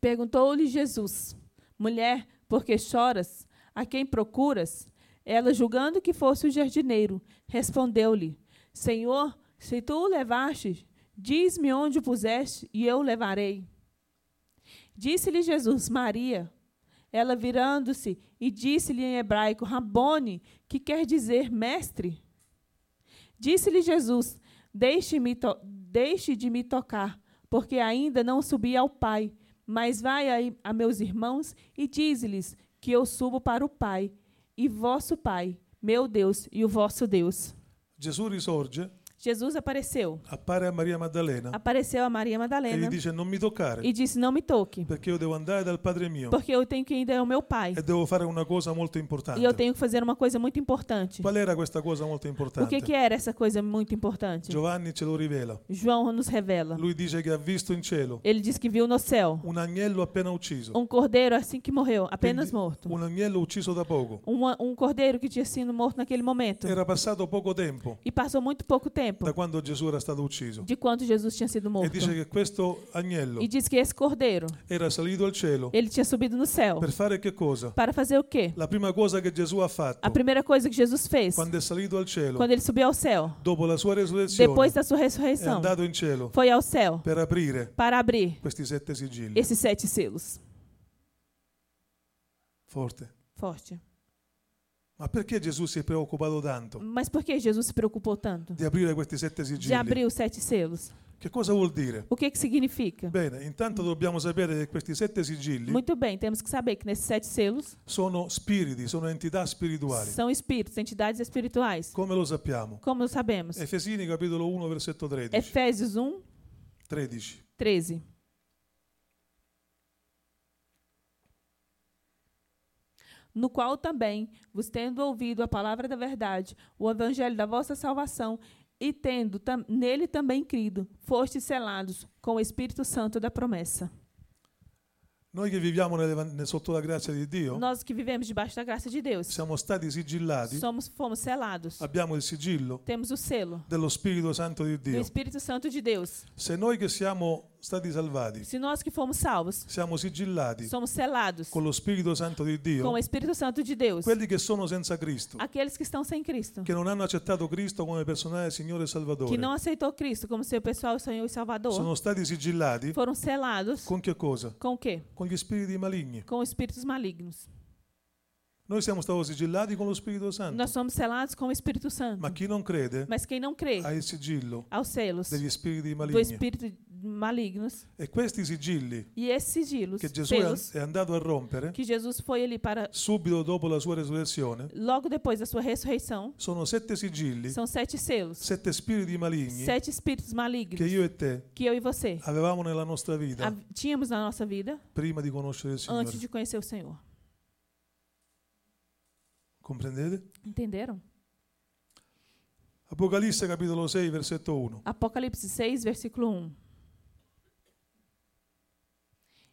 Perguntou-lhe Jesus: Mulher, por que choras? A quem procuras? Ela, julgando que fosse o jardineiro, respondeu-lhe: Senhor, se tu o levaste, diz-me onde o puseste e eu o levarei. Disse-lhe Jesus: Maria. Ela virando-se e disse-lhe em hebraico: Rabone, que quer dizer mestre. Disse-lhe Jesus: Deixe-me to- deixe de me tocar, porque ainda não subi ao Pai. Mas vai aí a meus irmãos e dize-lhes que eu subo para o Pai e vosso Pai, meu Deus e o vosso Deus.
Gesù risorge,
Jesus apareceu.
appare a Maria Maddalena
Apareceu a Maria
e gli
Madalena
dice non mi toccare
e disse: Não me toque,
perché io devo andare dal Padre mio
porque eu tenho que ir ao meu Pai
e devo fare una cosa molto
e eu
importante.
tenho que fazer uma coisa muito importante.
Qual era questa cosa molto
O que, que
importante?
era essa coisa muito importante?
Giovanni ce lo rivela.
João nos revela.
Lui dice che ha visto in cielo
Ele diz que viu no céu
un agnello appena ucciso,
um cordeiro assim que morreu, apenas
Quindi,
morto.
un agnello ucciso da poco.
Uma- um cordeiro que tinha sido morto naquele momento.
Era passato poco tempo
E passou muito pouco tempo
da quando Gesù era stato ucciso.
de quando Jesus tinha sido
E
morto.
dice che questo agnello
E diz que esse cordeiro,
era salito al cielo
ele tinha subido no céu.
per fare che cosa?
Para fazer o quê?
La prima cosa che Gesù ha
A
fatto
primeira coisa que Jesus fez
quando né? è salito al cielo,
quando ele subiu ao céu,
dopo la sua resurrezione,
depois da sua
è
ressurreição,
andato in cielo
foi ao céu
per aprire
para abrir
questi sette sigilli.
esses sete selos.
Forte.
Forte.
Ma perché Gesù si è preoccupato tanto
Mas por que Jesus se preocupou tanto
Mm. di aprire questi sette
de
sigilli?
abrir os sete selos?
Che cosa vuol dire?
O que, que significa?
Bene, intanto dobbiamo sapere che questi sette sigilli
Muito bem, temos que saber que nesses sete selos
sono spiriti, sono entità spirituali.
são espíritos, entidades espirituais.
Come lo sappiamo?
Como nós sabemos?
Efesini capitolo 1 versetto 13.
Efésios 1,
13.
13. No qual também, vos tendo ouvido a palavra da verdade, o evangelho da vossa salvação, e tendo tam- nele também crido, fostes selados com o Espírito Santo da promessa.
Noi che viviamo nell'evan- nel- sotto la grazia di Dio
Nós que vivemos debaixo da graça de Deus,
siamo stati sigillati,
somos, fomos selados.
abbiamo il sigillo
Temos o selo
dello Spirito Santo di
do
Dio.
Espírito Santo de Deus.
Se noi che siamo stati salvati
Se nós que fomos salvos,
siamo sigillati
somos selados
con lo Spirito Santo di
com
Dio,
o Espírito Santo de Deus.
quelli che sono senza Cristo,
Aqueles que estão sem Cristo,
che non hanno accettato Cristo come personale Signore e
que não
Salvatore,
aceitou Cristo como seu pessoal, Senhor e Salvador,
sono stati sigillati
foram selados
con che cosa?
com o quê?
Con gli spiriti maligni.
Com espíritos malignos.
Noi siamo stati sigillati con lo Spirito Santo,
Nós somos selados com o Espírito Santo.
ma chi non crede
Mas quem não crê
ha il sigillo
aos selos
degli spiriti
do
maligni.
espírito malignos
E questi sigilli
e esses sigilos,
che Gesù è
selos,
è andato a rompere
que Jesus foi ali para
subito dopo la sua resurrezione
logo depois da sua ressurreição,
sono sette sigilli,
são sete selos,
sette spiriti maligni
sete espíritos
che
malignos
io e te
que eu e você
avevamo nella nostra vita
a- tínhamos na nossa vida
prima di conoscere il
antes
Signore.
de conhecer o Senhor.
Comprendete?
Entenderam?
Apocalisse capitolo 6 versetto 1.
Apocalipse 6, versículo 1.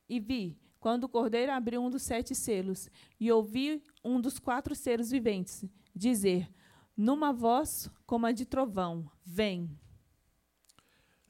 E vi, quando o cordeiro abriu um dos sete selos, e ouvi um dos quatro seres viventes dizer, numa voz como a de trovão: Vem.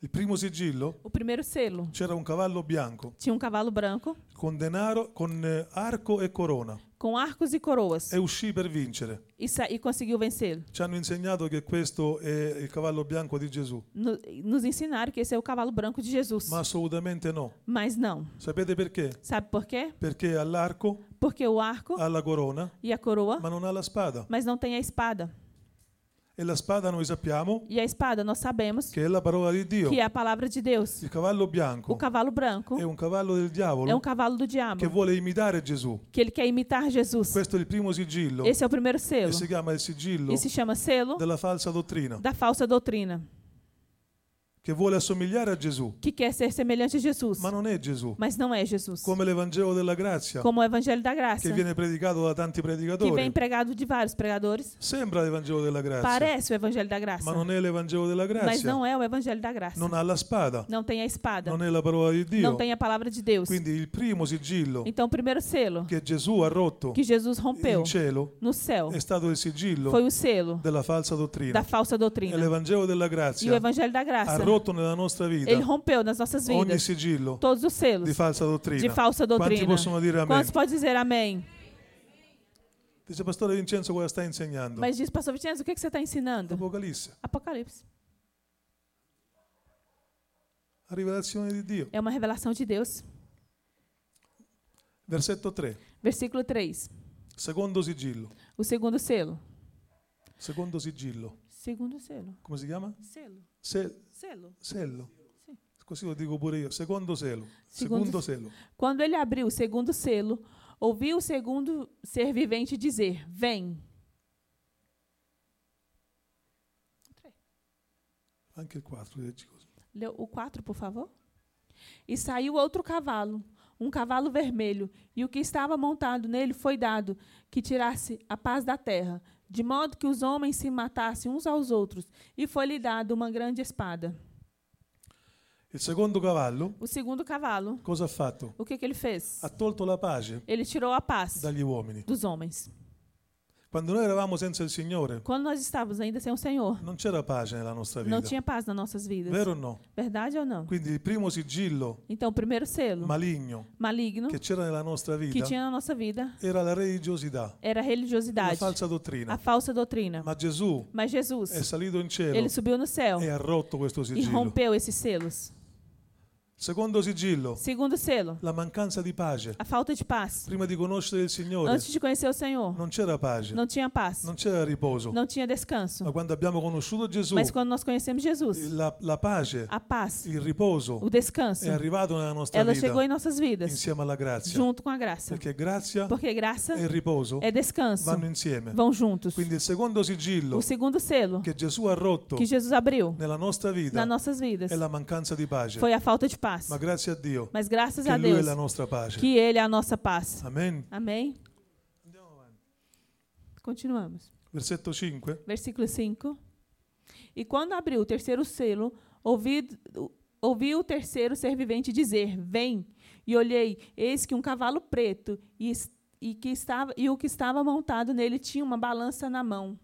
Il primo sigillo
O primeiro selo
c'era un cavallo bianco
tinha um cavalo branco
con denaro, con eh, arco e corona
com arcos e coroas
e uscì per vincere.
e, sa- e conseguiu vencê-lo.
Ci hanno insegnato che questo è il cavallo bianco di Gesù,
No- nos ensinaram que esse é o cavalo branco de Jesus.
ma assolutamente no.
Mas não.
Sapete perché?
Sabe por quê?
Perché ha l'arco,
Porque o arco
ha la corona,
e a coroa,
ma non ha la spada.
mas não tem a espada.
E la spada noi sappiamo
E a espada nós sabemos
che è la parola di Dio.
que é a palavra de Deus.
Il cavallo
O
bianco
cavalo branco
è un cavallo del diavolo
é um cavalo do
che
diabo,
vuole imitare Gesù.
que ele quer imitar Jesus.
Questo è il primo sigillo
Esse é o primeiro
e
selo.
si chiama il sigillo
E se chama selo
della falsa dottrina,
da falsa doutrina,
che vuole assomigliare a Gesù,
que quer ser semelhante a Jesus,
ma non è Gesù.
mas não é Jesus.
Come l'Evangelo della grazia,
Como o Evangelho da é. Graça,
che viene predicato da tanti
que vem
predicatori.
pregado de vários pregadores,
Sembra l'Evangelo della grazia,
parece o Evangelho da
ma
Graça,
non è l'Evangelo della
mas
grazia.
não é o Evangelho da Graça.
Non ha la spada,
Não é tem a espada,
non è la parola di Dio.
não tem a palavra de Deus.
Quindi il primo sigillo
Então, o primeiro selo
che Gesù ha rotto
que Jesus rompeu
in cielo
no céu
è stato il sigillo
foi o selo
della falsa
da
dottrina.
falsa
E
doutrina.
l'Evangelo della
E o
grazia
Evangelho da
ha
Graça
rotto nella nostra vita
Ele rompeu nas nossas
ogni
vidas
sigillo
todos os selos
di falsa
de
dottrina.
falsa
Quanti
doutrina.
possono dire amen?
Quantos pode dizer amém?
Dice Pastore Vincenzo cosa sta insegnando?
Mas diz, pastor Vicenzo, o que, que você está ensinando?
Apocalisse,
Apocalipse.
la rivelazione di Dio.
É uma revelação de Deus.
Versetto 3,
Versículo 3.
secondo sigillo.
O segundo selo.
Secondo sigillo.
Segundo selo.
Come si chiama?
Selo.
Se-
Selo.
sello.
Sì.
Così lo dico pure io. Secondo selo.
Secondo-
Secondo selo.
Quando ele abriu o segundo selo, ouviu o segundo ser vivente dizer: Vem.
Anche il 4, leggi così.
Lê o 4, por favor. E saiu outro cavalo, um cavalo vermelho, e o que estava montado nele foi dado que tirasse a paz da terra, de modo que os homens se matassem uns aos outros, e foi-lhe dado uma grande espada.
Il secondo cavallo
O segundo cavalo,
cosa ha fatto?
o que, que ele fez?
Ha tolto la pace
Ele tirou a paz
dagli uomini.
dos homens.
Quando noi eravamo senza il Signore,
Quando nós estávamos ainda sem o Senhor,
non c'era pace nella nostra
não
vita.
tinha paz nas nossas vidas.
Vero o no?
Verdade ou não?
Quindi il primo sigillo
Então, o primeiro selo
maligno
maligno
che c'era nella nostra
que
vita
tinha na nossa vida
era la religiosità,
era a
la
religiosidade,
falsa
a
dottrina.
falsa doutrina.
Ma Gesù
Mas Jesus,
è salito in cielo
ele subiu no céu
e ha rotto questo
e
sigillo.
rompeu esses selos.
Secondo sigillo,
Segundo selo,
la mancanza di pace.
a falta de paz.
Prima di conoscere il Signore
Antes de conhecer o Senhor,
non c'era pace,
não tinha paz,
non c'era riposo.
não tinha descanso.
Ma quando abbiamo conosciuto Gesù,
Mas quando nós conhecemos Jesus,
la, la pace,
a paz,
il riposo
o descanso,
è arrivato nella nostra
ela chegou
vita
em nossas vidas,
insieme alla grazia.
junto com a graça.
Perché grazia
Porque graça
e riposo
é descanso,
vanno insieme.
vão juntos.
Quindi il secondo sigillo
O segundo selo
che Gesù ha rotto
que Jesus abriu
nella nostra vita
nas nossas vidas
è la mancanza di pace.
foi a falta de paz.
Ma grazie a Dio
Mas é graças
che
a
Lui è
Deus
la nostra pace.
que Ele é a nossa paz.
Amen.
Amém? Continuamos.
Versetto 5.
Versículo 5. E quando abriu o terceiro selo, ouvi, ouvi o terceiro ser vivente dizer: Vem. E olhei, eis que um cavalo preto e, es- e que estava, e o que estava montado nele tinha uma balança na mão.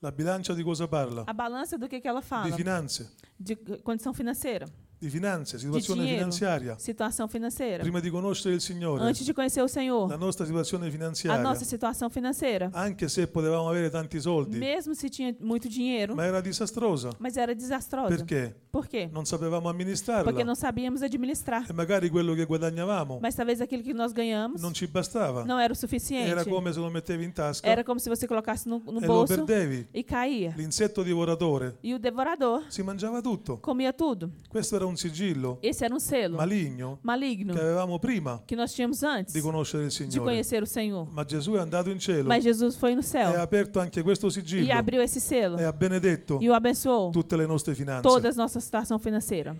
La bilancia di cosa parla?
A balança do que, que ela
Di
fala?
finanze,
De condição financeira,
di finanze, situazione
dinero.
finanziaria.
situação financeira.
Prima di conoscere il Signore,
Antes de conhecer o Senhor,
la nostra situazione
a
finanziaria,
nossa situação financeira.
anche se potevamo avere tanti soldi,
Mesmo se tinha muito dinheiro,
ma era desastrosa.
mas era desastrosa.
Perché?
Por quê?
Non sapevamo
Porque
amministrarla
não sabíamos administrar.
e magari quello che guadagnavamo
Mas talvez aquilo que nós ganhamos
non ci bastava.
não era É o suficiente.
Era come se lo mettevi in tasca
Era como se você colocasse no, no
e lo
bolso
perdevi.
e caía.
L'insetto divoratore
E o devorador
si mangiava tutto.
comia tudo.
Questo era un sigillo
Esse era um selo
maligno
maligno
che avevamo prima
que nós tínhamos antes
di conoscere il
de
Signore.
conhecer o Senhor.
Ma Gesù è andato in cielo
Mas
e
Jesus foi no
ha
céu
aperto anche questo
e
sigillo
abriu esse selo
e ha benedetto
e o abençoou.
tutte le nostre finanze.
Toda a nossa situação financeira.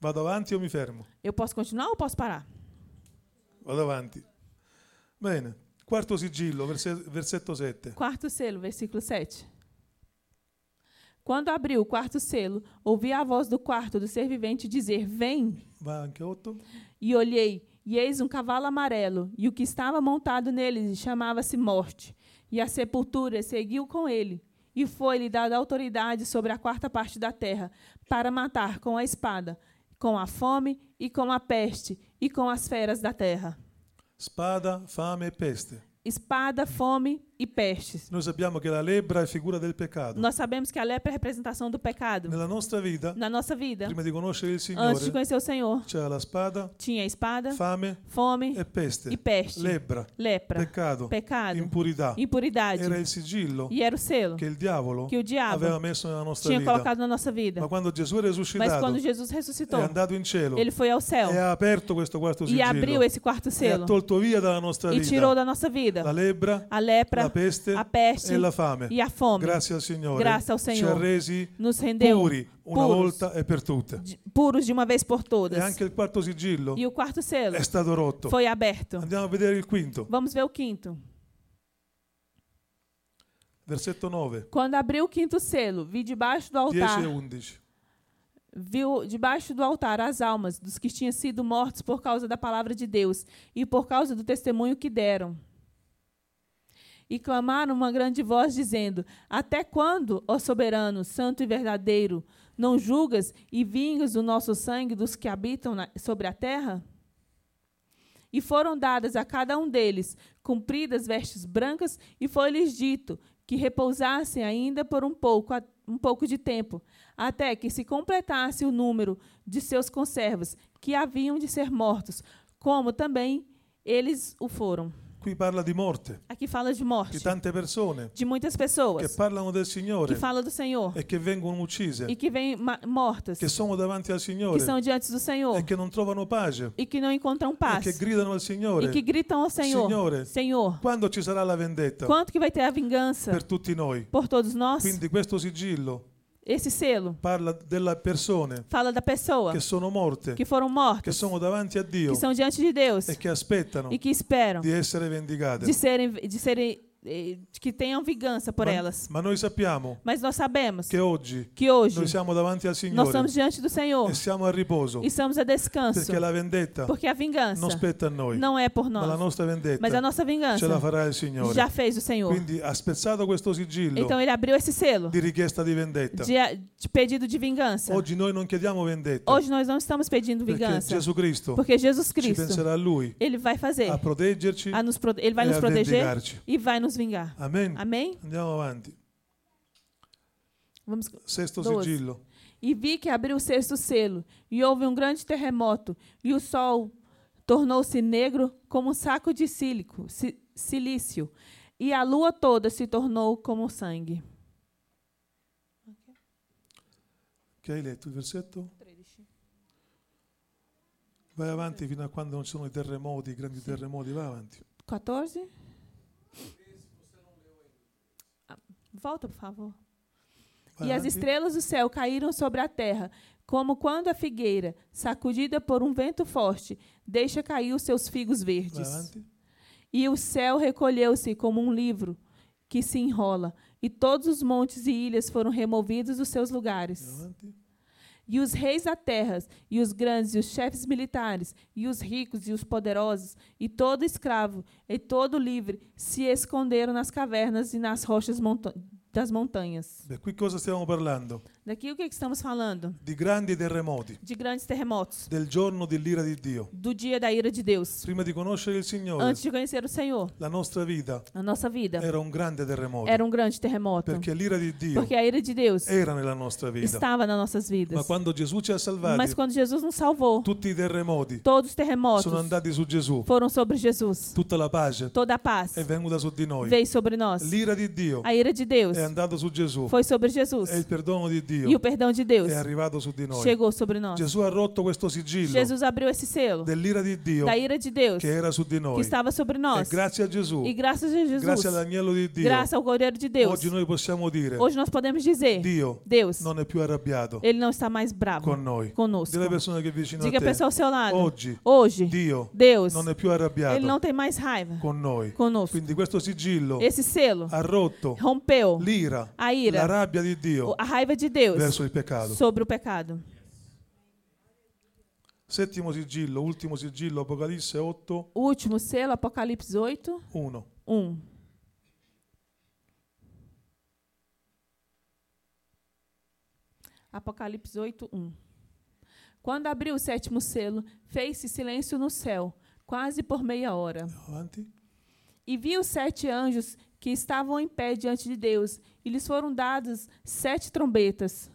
Vado avanti o mi fermo?
Eu posso continuar ou posso parar?
Vado avanti. Bene. Quarto sigillo, verse- versetto 7.
Quarto selo, versículo 7. Quando abriu o quarto selo, ouvi a voz do quarto do ser vivente dizer: Vem!
Va anche 8.
E olhei, e eis um cavalo amarelo, e o que estava montado nele chamava-se Morte. E a sepultura seguiu com ele, e foi-lhe dada autoridade sobre a quarta parte da terra, para matar com a espada, com a fome e com a peste, e com as feras da terra.
Spada, fame e peste.
Espada, fome e pestes.
Noi sappiamo che la lebbra è figura del peccato.
Nós sabemos que a lepra é a representação do pecado.
Nella nostra vita,
na nossa vida,
prima di conoscere il
antes de
Signore,
conhecer o Senhor, né?
c'era la spada,
tinha espada,
fame
fome
e
e
peste.
É peste,
Lebbra,
lepra,
peccato,
pecado,
impurità.
impuridade.
Era il sigillo
E era o
Certo.
selo
che il diavolo
que o
aveva
diabo
messo nella nostra
tinha
vita.
colocado na nossa vida.
Ma quando Gesù è
Mas
risuscitato,
quando
è
Jesus ressuscitou,
andato in cielo
ele
e
foi ao céu
ha aperto questo quarto
É e abriu
sigillo
esse quarto
e ha
selo
tolto via dalla nostra
e tirou
vita
da nossa
la
vida
lebbra,
a lepra,
la peste
a peste
e la fame.
e a fome.
Grazie al Signore,
Grazie al
ci ha
Signore.
resi
Nos rendeu
puri una
puros.
volta e per tutte.
de- puros de uma vez por
E
todas.
anche il quarto sigillo
E o quarto selo
è stato rotto.
foi aberto.
Andiamo a vedere il quinto,
Vamos ver o quinto.
versetto 9,
Quando abriu o quinto selo, vi debaixo do
10 e
altar
11.
viu debaixo do altar as almas dos que tinham sido mortos por causa da palavra de Deus e por causa do testemunho que deram. E clamaram uma grande voz, dizendo: Até quando, ó soberano, santo e verdadeiro, não julgas e vingas o nosso sangue dos que habitam na- sobre a terra? E foram dadas a cada um deles compridas vestes brancas, e foi-lhes dito que repousassem ainda por um pouco, a- um pouco de tempo, até que se completasse o número de seus conservos, que haviam de ser mortos, como também eles o foram.
Qui parla di morte,
Aqui fala de
di
morte,
tante persone
de muitas
che
pessoas
parlano del
tá que
Signore
falam do Senhor
e che vengono uccise,
e que vêm ma- mortas,
che sono davanti al
que
Signore
são diante do Senhor
e che non trovano pace,
e É que não encontram
e
paz
che gridano al
e
Signore.
que gritam ao
Signore,
Senhor: é Senhor,
Quando ci sarà la vendetta
quanto que vai ter a vingança
per tutti noi?
por todos nós?
Quindi questo sigillo
Esse selo
parla delle persone
fala da pessoa
che sono morte,
que foram
che
mortas,
sono davanti a Dio
que são diante de Deus
e che aspettano
e que esperam
di essere vendicate.
de serem, de serem eh, de que tenham vingança por
Ma-
elas.
Ma noi sappiamo
Mas nós sabemos
che oggi
que hoje
noi siamo davanti al
nós
Signore
estamos diante do É Senhor
e siamo a riposo
e estamos a descanso,
perché la vendetta
porque é a vingança
non spetta a noi,
não é por
ma la
nós,
nostra vendetta
mas a
ce
nossa
la
vingança
farà il Signore.
já fez o Senhor.
Quindi ha spezzato questo sigillo
Então ele abriu esse selo
di richiesta di vendetta.
de, eh, de pedido de vingança.
Oggi noi non chiediamo vendetta
Hoje nós não estamos pedindo
perché
vingança,
Gesù Cristo
porque Jesus
ci
Cristo
penserà a Lui
ele vai fazer,
a proteggerci
a nos, pro- ele vai
e
nos
É a
proteger
vendicarci.
e vai nos vingar.
Amen.
Amém?
Andiamo avanti.
Vamos
Sesto
Doze.
sigillo.
E vi que abriu o sexto selo, e houve um grande terremoto, e o sol tornou-se negro como um saco de sílico, si- silício, e a lua toda se tornou como sangue.
Che hai letto il versetto? Vai avanti fino a quando non ci sono i terremoti, i grandi terremoti, vai avanti.
14? Ah, Volta, por favor.
Vai
E as
avanti.
estrelas do céu caíram sobre a terra, como quando a figueira, sacudida por um vento forte, deixa cair os seus figos
Vai
verdes.
avanti.
E o céu recolheu-se como um livro que se enrola, e todos os montes e ilhas foram removidos dos seus
Vai
lugares.
avanti.
E os reis da terra, e os grandes, e os chefes militares, e os ricos, e os poderosos, e todo escravo, e todo livre, se esconderam nas cavernas e nas rochas monta- das montanhas.
Beh, qui cosa stiamo parlando?
Daqui o que, que estamos falando?
Di grandi terremoti,
De grandes terremotos,
del giorno dell'ira di Dio.
do dia da ira de Deus.
Prima di conoscere il Signore,
Antes de conhecer o Senhor,
la nostra vita
a nossa vida
era um un grande terremoto,
era um grande terremoto,
perché l'ira di Dio
porque a ira de Deus
um era nella nostra vita.
estava nas nossas
Ma
vidas.
quando Gesù ci ha
Mas
salvati,
quando Jesus nos salvou,
tutti i terremoti
todos os terremotos
sono andati su Gesù,
foram sobre Jesus.
tutta la pace
Toda a paz
è venuta su di noi.
veio sobre nós.
L'ira di Dio
A ira de Deus
è andata su Gesù
foi sobre Jesus.
e il perdono di
E
Dio
o perdão de Deus
è arrivato su di noi.
chegou sobre nós.
Gesù ha rotto questo sigillo
Jesus abriu esse selo
dell'ira di Dio
da ira de Deus
che
que
era su di noi.
estava sobre
E
nós.
grazie a Gesù,
E graças a Jesus,
grazie all'agnello di Dio,
graças ao Cordeiro de Deus,
oggi noi possiamo dire
hoje nós podemos dizer:
Dio
Deus,
non è più arrabbiato
Ele não está mais bravo
con noi.
conosco.
Dile alla persona che è vicino
Diga
a
a
te,
pessoa ao seu lado:
oggi
hoje,
Dio
Deus,
non è più arrabbiato
Ele não é tem mais raiva
con noi.
conosco.
Quindi questo sigillo
Esse selo
ha rotto
rompeu
l'ira,
a
la
ira,
rabbia di Dio
o- a raiva de Deus
verso il peccato.
sobre o pecado.
Settimo sigillo, ultimo sigillo, Apocalisse 8,
O último selo, Apocalipse um. 8,
1.
1. Apocalipse 8, 1. Quando abriu o sétimo selo, fez-se silêncio no céu, quase por meia hora.
Avanti.
E vi os sete anjos que estavam em pé diante de Deus, e lhes foram dadas sete trombetas.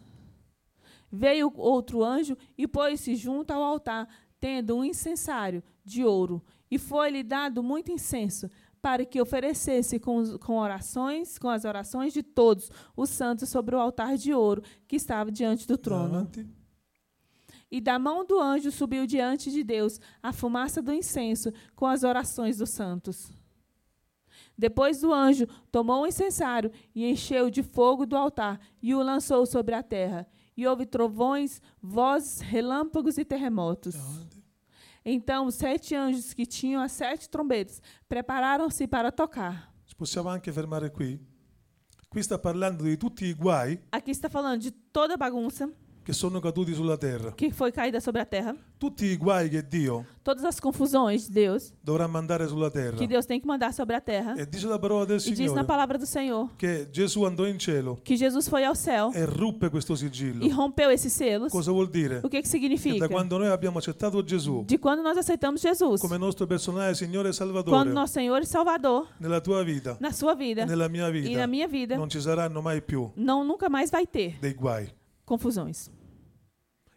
Veio outro anjo e pôs-se junto ao altar, tendo um incensário de ouro, e foi-lhe dado muito incenso, para que oferecesse com, os- com orações, com as orações de todos os santos sobre o altar de ouro que estava diante do trono.
Avanti.
E da mão do anjo subiu diante de Deus a fumaça do incenso com as orações dos santos. Depois do anjo, tomou o incensário e encheu de fogo do altar e o lançou sobre a terra. E houve trovões, vozes, relâmpagos e terremotos.
Avanti.
Então os sete anjos que tinham as sete trombetas prepararam-se para tocar.
Ci possiamo anche fermare qui. Qui sta parlando di tutti i guai
Aqui está falando de toda a bagunça
che sono caduti sulla terra.
que foi caída sobre a terra,
Tutti i guai che Dio
todas as confusões de Deus
dovrà mandare sulla terra.
que Deus tem que mandar sobre a terra.
E dice la parola del
E diz na
Signore
palavra do Senhor né?
che Gesù andò in cielo
que Jesus foi ao céu
e ruppe questo
e
sigillo.
rompeu esses selos.
Cosa vuol dire?
O que, que
Che
significa?
da quando noi abbiamo accettato Gesù
De quando nós aceitamos Jesus,
come nostro personale Signore e
quando
Salvatore
nosso Senhor e Salvador,
nella tua vita
na sua
e
é vida
nella mia
e na
vita
minha vida,
non ci saranno mai più
não nunca mais vai ter
dei guai.
confusões.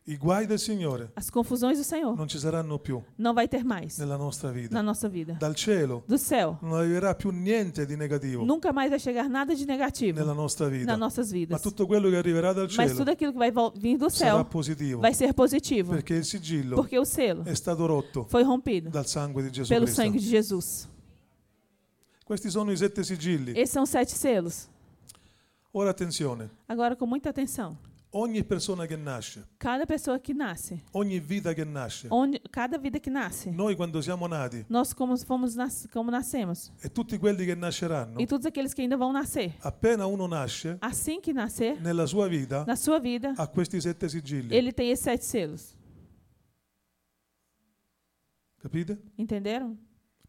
I guai del Signore
As confusões do Senhor
non ci saranno più
não vai ter mais
nella nostra
na
vita.
nossa vida.
Dal cielo
Do céu,
non arriverà più niente di negativo
nunca mais vai chegar nada de negativo
nella nostra
nas
vita.
nossas
Ma
vidas.
tutto quello che arriverà dal
Mas tudo
cielo
aquilo que vai vol- vir do
sarà
céu
positivo
vai ser positivo,
perché il sigillo
porque o selo
è stato rotto
foi rompido
dal sangue di Gesù
pelo sangue
Cristo.
de Jesus.
Questi sono i sette sigilli.
Esses são sete selos.
Ora attenzione,
Agora, com muita atenção.
ogni persona che nasce,
Cada pessoa que nasce,
ogni vita che nasce,
onde, cada vida que nasce,
noi quando siamo nati
nós como fomos nas, como nascemos
e tutti quelli che nasceranno,
e todos aqueles que ainda vão nascer,
appena uno nasce,
assim que nascer
nella sua vita
na sua vida,
ha questi sette sigilli.
ele tem esses sete selos.
Capite?
Entenderam?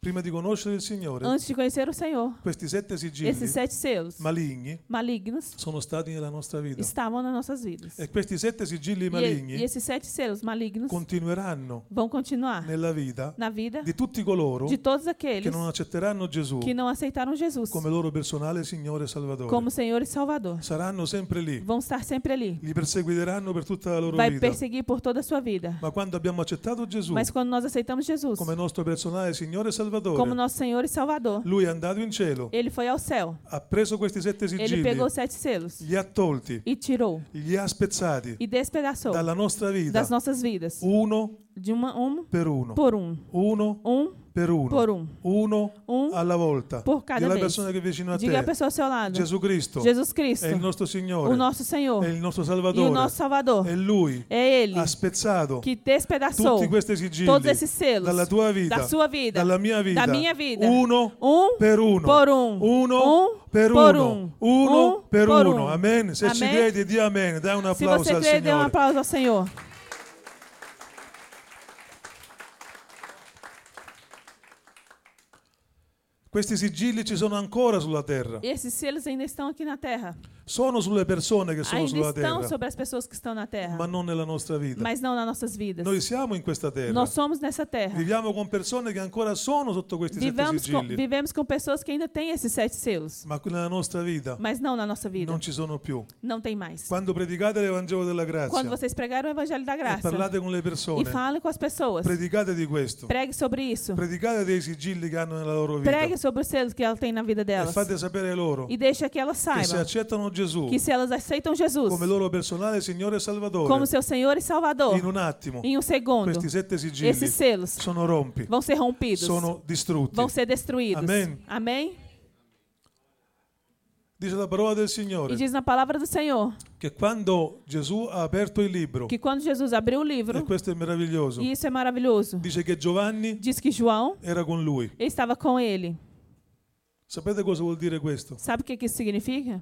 Prima di conoscere il Signore,
Antes de conhecer o Senhor,
questi sette sigilli
esses sete selos
maligni
malignos
sono stati nella nostra vita.
estavam nas nossas vidas.
E questi sette sigilli
E, e
maligni
esses sete selos malignos
continueranno
vão continuar
nella vita
na vida
di tutti coloro
de todos
che
aqueles
non accetteranno Gesù
que não aceitaram Jesus
come loro personale Signore e Salvatore.
como Senhor e Salvador.
Saranno sempre lì,
Vão estar sempre ali.
li perseguiteranno per tutta la loro
Vai
vita.
perseguir por toda a sua vida.
Ma quando abbiamo accettato Gesù
Mas quando nós aceitamos Jesus
come nostro personale Signore e
como
Salvatore,
nosso Senhor e Salvador,
Lui è andato in cielo,
ele foi ao céu.
ha preso questi sette
Ele
sigilli,
pegou os sete selos
li ha tolti,
e tirou
li ha spezzati
e despedaçou
dalla nostra vita
das nossas vidas,
Um. uno
de uma, um
per uno,
por um,
uno
um
per uno,
por um,
uno
um
alla volta.
por cada
Dilla alla
vez.
persona che è vicino a
Diga a
te,
pessoa ao seu lado:
Gesù Cristo é
Jesus Cristo,
è il nostro
o
Signore,
nosso Senhor
è il nostro
e o nosso
Salvatore,
Salvador.
è Lui
É Ele
ha spezzato
que despedaçou
tutti questi sigilli
todos esses selos
dalla tua
da
vita,
sua vida,
dalla mia vita,
da minha vida.
uno
um
per uno,
por um,
uno
um
per
por
uno,
um,
uno
um
per
por
uno.
um.
Amen. Se ci
Amen.
credi, di amen. Dai un
Se
applauso
você
al
crê, dê um
Signore.
aplauso ao Senhor.
Questi sigilli ci sono ancora sulla terra.
Esses selos ainda estão aqui na terra.
Sono sulle persone che sono
ainda
sulla
estão
terra,
sobre as pessoas que estão na terra,
ma non nella nostra vita.
mas não nas nossas vidas.
Noi siamo in questa terra.
Nós somos nessa terra.
Viviamo con persone che ancora sono sotto questi sette
Vivamos com,
sigilli,
vivemos com pessoas que ainda têm esses sete selos,
ma nella nostra vita
mas não na nossa vida.
non ci sono più.
Não tem mais.
Quando predicate l'Evangelo della
Quando
grazia
vocês pregaram o Evangelho da
e
Graça
parlate con le
e
persone,
falem com as pessoas,
predicate di questo.
pregue sobre isso.
Predicate dei sigilli che hanno nella loro vita
Pregue sobre os selos que ela tem na vida
e
delas.
fate sapere loro
E deixa que elas
che se
saibam
accettano Gesù
que se elas aceitam Jesus
come loro personale Signore e
como
Salvatore,
seu Senhor é né? e Salvador,
in un attimo
em um segundo,
questi sette sigilli
esses selos
sono rompi,
vão ser rompidos,
sono distrutti.
vão ser destruídos.
Amém.
Amém?
Dice la parola del
E
Signore
diz na palavra do Senhor
che quando Gesù ha aperto il libro,
que quando Jesus abriu o livro,
e questo è meraviglioso,
e isso é maravilhoso,
dice che Giovanni
diz que João
era con lui.
estava com ele.
Sapete cosa vuol dire questo?
Sabe o que que isso significa?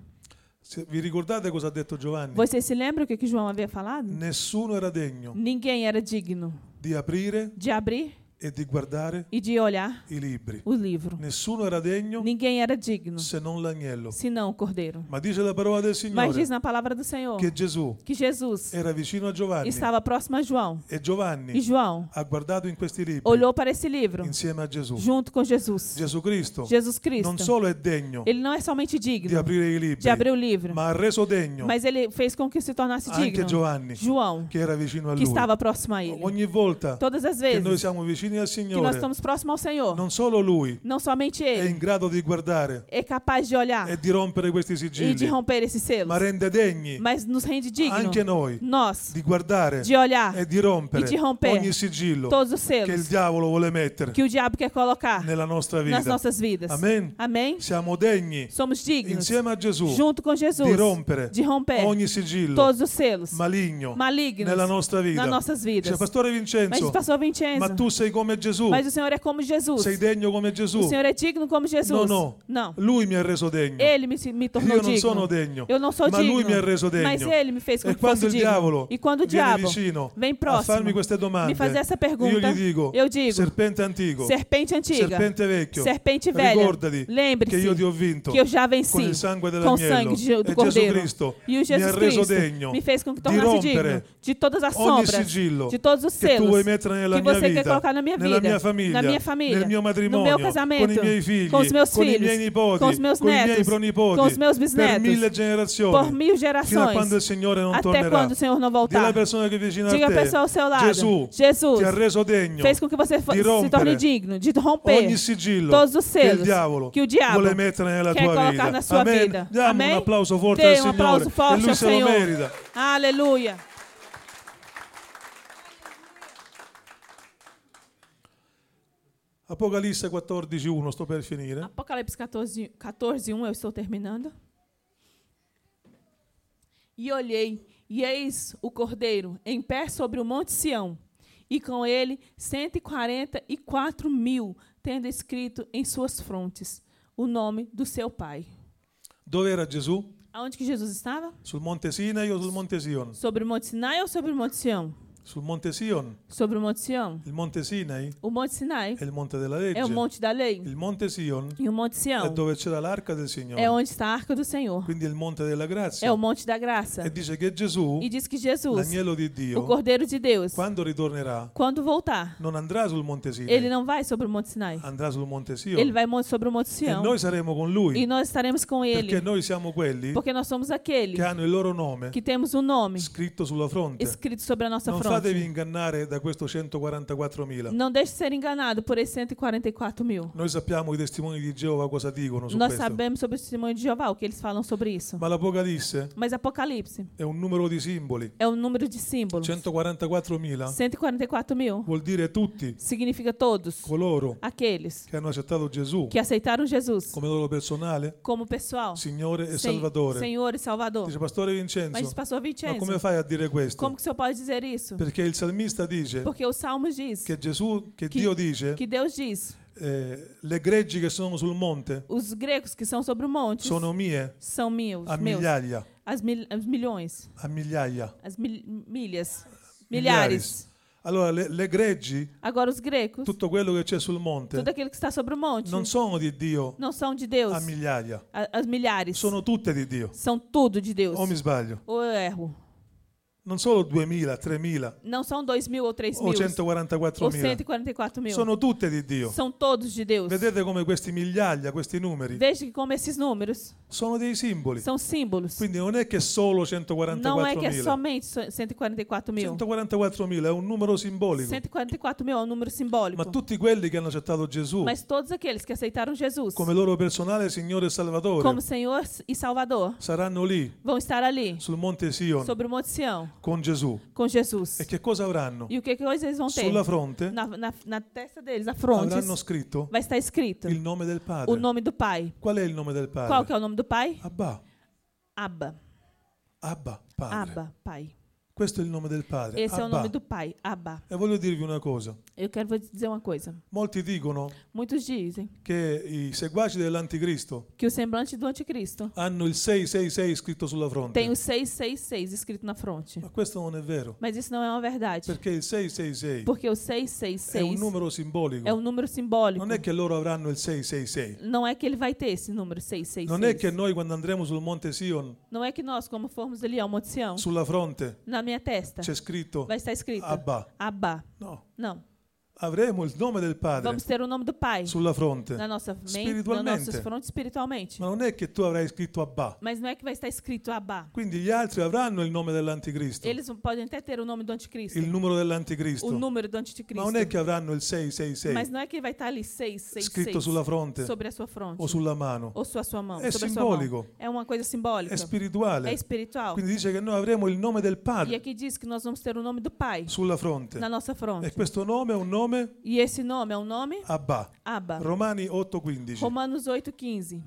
Se- vi ricordate cosa ha detto Giovanni?
Vocês se lembram o que que João havia falado?
Nessuno era degno
Ninguém era digno
di aprire
de abrir
e di guardare
e de olhar
i libri.
o livro.
Nessuno era degno
Ninguém era digno,
se non l'agnello.
senão o cordeiro.
Ma dice la parola del
Mas diz
Signore
na palavra do Senhor
che Gesù
que Jesus
era vicino a Giovanni
estava próximo a João.
e
E
Giovanni
João
ha guardato in questi libri
olhou para esse livro
insieme a Gesù.
junto com Jesus.
Gesù Cristo
Jesus
non
Cristo.
solo è degno
Ele não é somente
di
digno
aprire i
de
libri,
abrir o livro,
ma ha reso degno
mas ele fez com que se tornasse
anche
digno.
Giovanni
João,
che era vicino a
que
lui.
estava próximo a ele.
Ogni volta
Todas as
che noi
vezes
siamo vicini al
que nós
Signore,
estamos próximos ao Senhor,
non solo lui
não somente
è in
ele
grado di guardare
é capaz de olhar
Ah. e di rompere questi
e de é
sigilli,
romper esse selo,
ma rende degni
mas nos rende digno,
anche noi
nós,
di guardare
é de olhar
e di rompere
e di rompere
ogni sigillo
todos os
che il
selos
diavolo vuole mettere
que o diabo quer colocar
nella nostra
nas
vita.
nossas vidas.
Amém.
Amém?
Siamo degni
Somos dignos,
insieme a Gesù
junto com Jesus,
di rompere
de romper
ogni sigillo
todos os selos
maligno
malignos
nella nostra vita.
nas nossas vidas.
Dice, Pastore
Mas
Vincenzo,
diz, pastor Vincenzo,
ma tu sei come Gesù,
mas o Senhor é como Jesus.
sei degno come
O
Gesù.
Senhor é digno como Jesus.
No,
Não.
Lui mi ha reso degno.
Ele me, se- me tornou
Io non
digno.
sono degno,
Eu não sou
ma
digno.
lui mi ha reso degno.
Mas ele me fez com
E
que fosse
quando il
digno.
diavolo
e quando o
viene
diabo
vicino
vem
a
próximo
farmi queste domande,
me fazer essa
io
pergunta,
gli digo,
eu digo,
serpente antico,
serpente antiga,
serpente vecchio,
serpente velha,
ricordati che
lembre-se
io ti ho vinto
que eu já
con
venci
il sangue
com o
dell'agnello
sangue de-
e
do
Gesù
Cordeiro.
Cristo
e o
mi ha
Jesus
reso
Cristo
degno
me fez com que
di
tornasse
rompere
digno de todas as
ogni
sombras,
sigillo
de todos os
che tu vuoi
selos
mettere nella
que
mia
você quer
vita
colocar na minha
nella
vida,
mia famiglia,
na minha família,
nel mio
no
matrimonio,
meu casamento,
con i miei figli,
com os meus
con i
filhos,
miei nipoti,
com os meus
con i miei
netos,
pronipoti,
com os meus
per
bisnetos,
mille generazioni,
por mil
fino a quando il
gerações,
Signore non
até
tornerà.
quando o Senhor não
Dilla alla
voltar.
persona che è vicina
Diga
a
a
te,
pessoa ao seu lado,
Gesù,
Jesus
ti ha reso degno
fez com que você fo-
di
se torne
rompere
digno de romper
ogni sigillo
todos os
che il
selos
diavolo
que o diabo
vuole mettere nella
quer
tua
colocar
vita.
na sua
Amen.
vida.
Diamo
Amém?
un applauso forte
Dê
al
um
Signore
applauso forte
e lui
ao
se lo
Senhor.
merita.
Aleluia.
Apocalisse 14:1, sto per finire.
Apocalipse 14, 14 1, eu estou terminando. E olhei, e eis o cordeiro em pé sobre o monte Sião, e com ele 144 mil, tendo escrito em suas frontes o nome do seu pai.
Dove era Gesù?
Aonde que Jesus estava?
Sul monte Sinai o sul monte Sion?
Sobre o monte Sinai ou sobre o monte Sião?
Sul monte Sion.
Sobre o monte Sião.
Il monte Sinai
O monte Sinai
è il monte della legge.
é o monte da lei,
Il monte Sion
e o monte
è
Sião
dove c'era l'arca del Signore.
é onde está a arca do Senhor,
Quindi è il monte della
é
grazia.
o monte da graça.
E dice che Gesù,
E diz que Jesus,
l'agnello di
o
Dio,
Cordeiro de Deus,
quando ritornerà,
quando voltar,
non andrà sul monte
ele
Sinai,
não vai sobre o Monte Sinai.
andrà sul monte
Ele
Sion.
vai mon- sobre o Monte
E
Sião.
noi saremo con lui,
E nós estaremos com ele.
perché noi siamo quelli
Porque nós somos aquele
che hanno il loro nome
que temos um nome
scritto sulla fronte.
escrito sobre a nossa
Non fatevi
fronte.
ingannare da questo 144.000.
Não deixe ser enganado por esses 144 mil.
Noi sappiamo i testimoni di Geova cosa dicono su
Nós
questo.
sabemos sobre o testemunho de Jeová, o que eles falam sobre isso.
Ma l'Apocalisse
Mas Apocalipse
è un numero di simboli.
é um número de símbolos.
144.000
144 mil
vuol dire tutti
significa todos
coloro
aqueles
che hanno accettato Gesù
que aceitaram Jesus
come loro personale,
como pessoal,
Signore e
Sen-
Salvatore.
Senhor e é Salvador.
Dice Pastore
Mas
Vincenzo,
pastor Vincenzo,
ma come fai a dire
Como
questo?
que o senhor pode dizer isso?
Perché il salmista dice
Porque o Salmo diz
che Gesù, che
Chi-
Dio dice,
que Deus diz:
eh, le greggi che sono sul monte
os gregos que são sobre o monte
sono mie
são meus,
a
meus
migliaia,
as, mil, as milhões,
a migliaia.
as mil- milhas, milhares.
Milhares. Allora le, le greggi,
Agora os gregos,
tutto quello che c'è sul monte,
tudo aquilo que está sobre o monte,
non sono di Dio
não são de Deus,
a migliaia,
a- as milhares
sono tutte di Dio.
são tudo de Deus.
O mi sbaglio?
Ou eu erro?
Non solo 2000, 3000
Não são dois mil ou três
o
mil ou
144.000,
144 mil,
Oh, sono tutte di Dio.
são todos de Deus.
Vedete come questi migliaia, questi numeri,
Veja que como esses números
sono dei simboli.
são símbolos.
Quindi non è che solo
Não é que é
144.000.
somente so- 144 mil.
144.000 è un numero simbolico,
144 mil é um número simbólico.
ma tutti quelli che hanno accettato Gesù
Mas todos aqueles que aceitaram Jesus
come loro personale Signore e
como
Salvatore
Senhor e Salvador
saranno lì
vão estar ali,
sul monte Sion
sobre o Monte Sião,
con Gesù.
com Jesus.
E che cosa avranno?
E o que, que hoje eles vão ter?
Sulla fronte
Na, na, na testa deles, na fronte,
avranno scritto
vai estar escrito
il nome del
o
Padre.
nome do Pai.
Qual è il nome del
Qual que
Padre?
é o nome do Pai?
Abba,
Abba.
Abba, Padre.
Abba, Pai.
Questo è il nome del Padre.
Esse é o nome
Abba.
do Pai, Abba.
E voglio dirvi una cosa.
Eu quero vou te dizer uma coisa.
Molti dicono
Muitos dizem
che i seguaci dell'anticristo
que o semblante do anticristo
hanno il 666 scritto sulla
tem o
fronte.
666 escrito na fronte.
Ma questo non è vero,
Mas isso não é uma verdade.
perché il 666
Porque o
è un
666
numero simbolico.
é um número simbólico.
Non è che loro avranno il 666.
Não é que ele vai ter esse número
Non è che
666.
noi quando andremo sul monte Sion,
Não é que nós, como formos ali ao Monte Sião,
sulla fronte
na minha testa,
c'è scritto
vai estar escrito
Abba.
Abba.
No,
Não.
avremo il nome del Padre
Vamos ter o nome do Pai
sulla fronte.
na
Ma
nossa mente, na
Espiritualmente.
nossa fronte espiritualmente.
non è che tu avrai scritto Abba.
Mas não é que vai estar escrito Abba.
Quindi gli altri avranno il nome dell'anticristo,
Eles podem até ter o nome do anticristo,
il numero
o
dell'anticristo.
número do
Ma non è
anticristo.
che avranno il
Mas
666
não é que vai estar ali 666
scritto sulla fronte
sobre a sua fronte,
o sulla mano.
ou sua, sua mão,
È
sobre a sua mão.
simbolico,
É uma coisa simbólica.
è
É
spirituale.
espiritual.
Quindi dice che noi avremo il nome del
E
Padre
aqui diz que nós vamos ter o nome do Pai
sulla fronte.
na nossa fronte.
E questo nome è un nome
E esse nome é um nome?
Abba.
Abba.
Romani 8:15.
Romanos 8,15.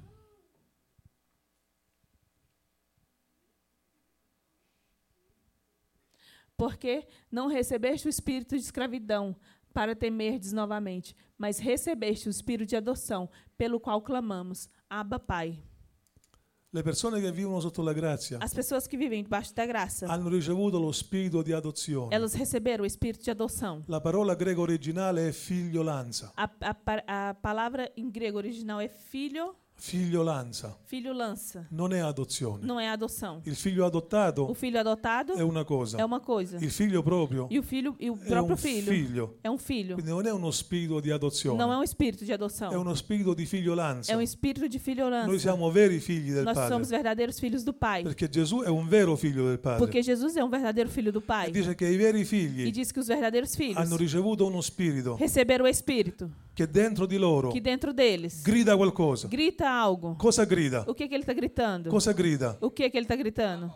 Porque não recebeste o espírito de escravidão para temerdes novamente, mas recebeste o espírito de adoção, pelo qual clamamos, Abba Pai.
Le persone che vivono sotto la grazia
As pessoas que vivem debaixo da graça,
hanno ricevuto lo spirito di adozione.
elas receberam o espírito de adoção.
La parola greca originale è figliolanza.
A, a par- a palavra em grego original é filho,
Figliolanza
Filho lança.
non é adozione.
Não é adoção.
Il figlio adottato
O filho adotado
è una
é
cosa,
uma coisa.
il figlio proprio
E o filho e o
è un
próprio filho
figlio.
é um filho.
Quindi non è uno spirito di
Não é
adozione,
um espírito de
è
adoção.
uno spirito di
É
figliolanza.
um espírito de filhorança.
Noi siamo veri figli del
Nós somos
Padre,
verdadeiros filhos do Pai.
perché Gesù è un vero figlio del Padre.
Porque Jesus é um verdadeiro filho do Pai.
E dice che i veri
E
figli
diz que os verdadeiros filhos
hanno ricevuto uno spirito
receberam o Espírito,
che dentro di loro
que dentro deles
grida qualcosa.
grita algo.
Cosa grida?
O que, que ele está gritando?
Cosa grida?
O que, que ele está gritando?